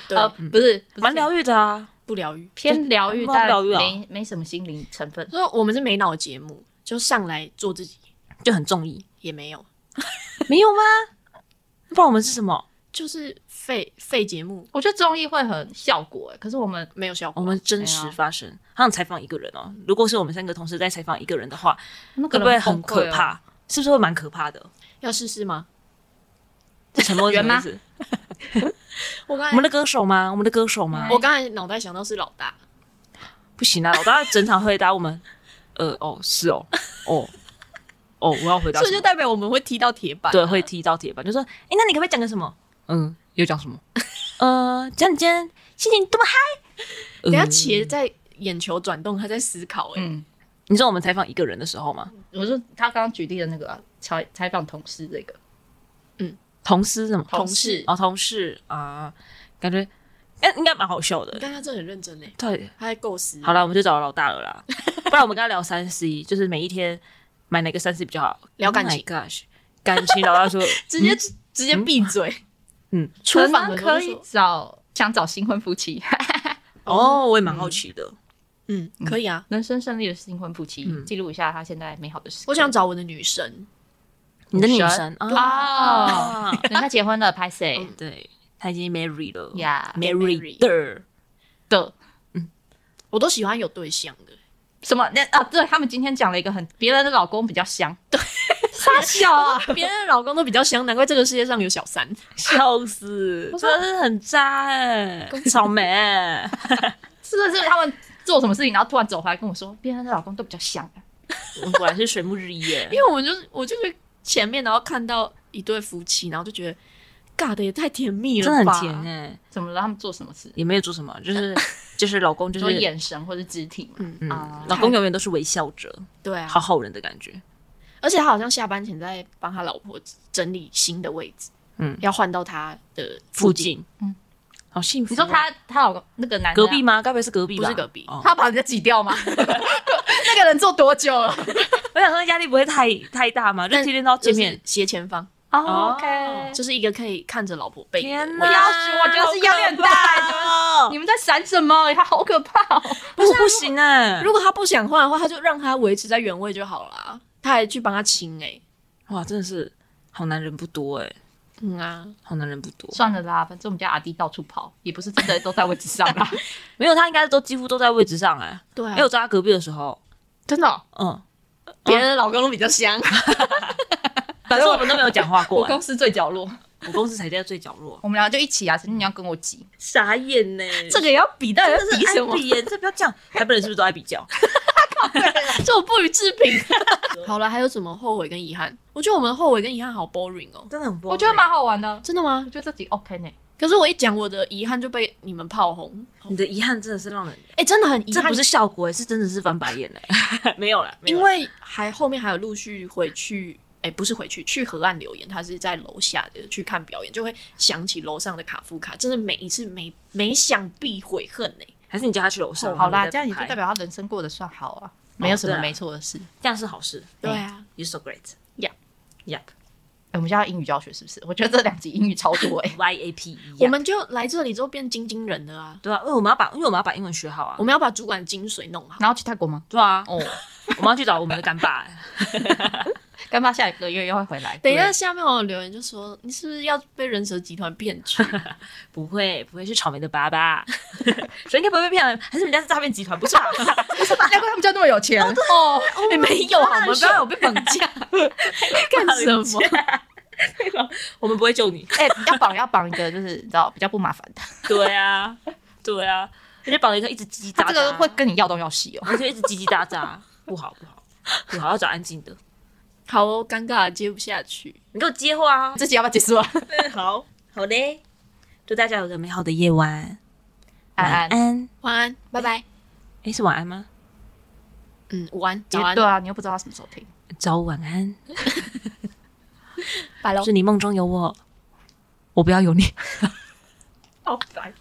B: 对，
C: 呃，不是不是
A: 蛮疗愈的啊。
B: 不疗愈。
C: 偏疗愈，
A: 蛮
C: 但
A: 疗愈啊
C: 没没什么心灵成分。
B: 所以我们是没脑的节目，就上来做自己
A: 就很中意，
B: 也没有，
A: 没有吗？不然我们是什么？
B: 就是废废节目
C: 我觉得综艺会很效果、欸，可是我们
B: 没有效
A: 我
B: 果。
A: 们真
C: 对
A: 实
C: 啊
A: 发生，好想采访一个人哦。如果是我们三个同时在采访一个人的话，
C: 那个
A: 会
C: 人
A: 不会很
C: 崩溃
A: 可
C: 哦？
A: 怕？是不是会蛮可怕的？
B: 要试试吗？
A: 沉默是什
C: 圆
A: 么
C: 吗
A: 意思？
B: 我刚
A: 我们
B: 才
A: 的歌手吗？我们的歌手吗
C: 嗯？
B: 我刚才脑袋想到是老大，
A: 不行啊！我刚才整场回答我们， 呃，哦，是哦，哦，哦，我要回答
B: 所
A: 什
B: 以
A: 么
B: 就？代表我们会踢到铁板。
A: 对，会踢到铁板，就说，哎，那你可不可以讲个什么？嗯，又讲什么？ 呃，讲你今天心情多么嗨。
B: 等一下
A: 嗯
B: 茄在眼球转动，他在思考、欸。
C: 嗯，
A: 你知道我们采访一个人的时候吗？
C: 我说他刚刚举例的那个啊采采访同事这个，
A: 同事什么？
B: 同事，
A: 哦，同事啊、感觉哎、应该蛮好笑
B: 你
A: 的。
B: 看他真的很认真嘞，
A: 对，
B: 他在构思。
A: 好了，我们就找老大了 啦，不然我们跟他聊三 C，就是每一天买哪个三 C 比较好，
B: 聊感情
A: Oh my gosh，感情老大说，
B: 直接、直接闭嘴。
A: 嗯，
B: 出
C: 可
B: 访
C: 能
B: 的时候
C: 可
B: 就
C: 以
B: 说
C: 找想找新婚夫妻，
A: 哦，我也蛮好奇的，
B: 嗯，可以啊。
C: 人生胜利的新婚夫妻，
A: 嗯
C: 记录一下他现在美好的时
B: 我想找我的女神，
A: 你的女
C: 神
A: 神啊，
C: 哦，
A: 啊
C: 人家结婚了，拍谁
A: 对，她已经 married 了
C: Yeah，
A: ，married 的，
C: 的？
B: 我都喜欢有对象的。
C: 什么？那啊，对他们今天讲了一个很别人的老公比较香，对， 傻笑啊！
B: 别人的老公都比较香，难怪这个世界上有小三。
A: 笑死，真的是很渣哎、草莓，欸
C: 是不是他们做什么事情，然后突然走回来跟我说，别人的老公都比较香？啊
A: 我们果然是水木日一耶
B: 因。为我们就是我就是前面然后看到一对夫妻，然后就觉得尬的也太甜欸蜜了
A: 真的
B: 吧，
A: 很甜哎、
C: 怎么了？他们做什么事？
A: 也没有做什么，就是就是老公就
C: 说
A: 是
C: 眼神或者肢体嘛？
B: 嗯，
A: 嗯
C: 啊，
A: 老公永远都是微笑着，
B: 对啊
A: 好，好人的感觉。
B: 而且他好像下班前在帮他老婆整理新的位置，
A: 嗯
B: 要换到他的
A: 附
B: 附 近，
A: 近，
C: 嗯，
A: 好幸福
C: 你
A: 哦。
C: 说他他老公那个男的啊
A: 隔壁吗？该不会是隔壁吧？
B: 不是隔壁
A: 哦
C: 他把人家挤掉 吗？那个人做多久了？
A: 我想说压力不会太太大嘛，就
B: 但
A: 天天都要见
B: 就
A: 面
B: 是。斜前方，
A: 哦
B: 就是一个可以看着老婆背影的
A: 天
B: 位
A: 哪！
B: 置
C: 要死我觉得是压力很大
A: 大
C: 你们在闪什么？哎他好可怕哦！
A: 哦不是不行哎！
B: 如果他不想换的话，他就让他维持在原位就好啦。他还去帮他亲哎、
A: 哇，真的是好男人不多哎，
B: 嗯啊，
A: 好男人不多。
C: 算了啦，反正我们家阿弟到处跑，也不是真的都在位置上啊啦。
A: 没有，他应该都几乎都在位置上哎。
B: 对啊，
A: 哎，我在他隔壁的时候，
C: 真的哦，
A: 嗯，
B: 别人的老公都比较香，
A: 反正我们都没有讲话过
C: 我
A: 哎。
C: 公司最角落，
A: 我公司才在最角落，
C: 我们俩就一起啊，陈你要跟我挤，
A: 傻眼 呢。
B: 这个也要比，但
A: 这是爱比耶，这不要这样。台北人是不是都爱比较？
B: 这种不予置 评。好了，还有什么后悔跟遗憾？我觉得我们的后悔跟遗憾好 boring 哦。
A: 真的很不欸
C: 我觉得蛮好玩的。
B: 真的
C: 我
B: 吗？
C: 觉得这集 OK 呢，
B: 可是我一讲我的遗憾就被你们炮轰，
A: 你的遗憾真的是让人，
B: 哎、真的很遗
A: 这
B: 憾，
A: 不是欸 效果欸，是真的是翻白眼嘞。没有啦，没有
B: 因
A: 啦
B: 为还后面还有陆续回去哎、不是回去去河岸留言，他是在楼下的去看表演，就会想起楼上的卡夫卡，真的每一次每每想必悔恨呢、
A: 还是你叫他去楼上？
C: 好
A: 然
C: 啦，
A: 后
C: 这样你就
A: 再
C: 代
A: 拍
C: 表他人生过得算好啊，没有什
A: 对
C: 么
A: 啊
C: 没错的事。
A: 这样是好事。哎
B: 对啊，
A: ，You're so great.
B: Yeah.
A: Yep.
C: 哎我们现在英语教学是不是？我觉得这两集英语超多 哎、
A: Y A P E.
B: 我们就来这里之后变精精人了啊！
A: 对啊，因为我们要把，因为我们要把英文学好啊
B: 我。们要把主管精髓弄好。
C: 然后去泰国吗？
A: 对啊，
C: 哦，
A: 我们要去找我们的干爸。
C: 干爸下一个月又会回来。
B: 等一下，下面有留言就说你是不是要被人蛇集团骗去？
A: 不会，不会是草莓的爸爸， 所以应该不会被骗了，啊还是人家是诈骗集团，不是啊吧？
C: 对，难怪他们家那么有钱哦。
B: 哎没有好吗？不要有被绑架，干什么？
A: 我们不会救你。
C: 哎、要绑要绑一个，就是你知道比较不麻 烦的，
A: 对啊，对啊，而且绑了一个一直叽叽喳
C: 他
A: 喳，
C: 这个会跟你要东要西 哦。
A: 而且一直叽叽喳喳，不好不好不好，要找安静的。
B: 好哦，尴尬，接不下去。
A: 你给我接话啊！
C: 这集要不要结束啊？
A: 好好嘞，祝大家有个美好的夜晚，
C: 安安
A: 晚，安。
B: 晚安，拜拜。
A: 诶，是晚安吗？
B: 嗯，午安，
C: 你
B: 早安
C: 对，啊，你又不知道他什么时候听。
A: 早晚安，
B: 拜喽
A: 祝。你梦中有我，我不要有你。
C: 好烦。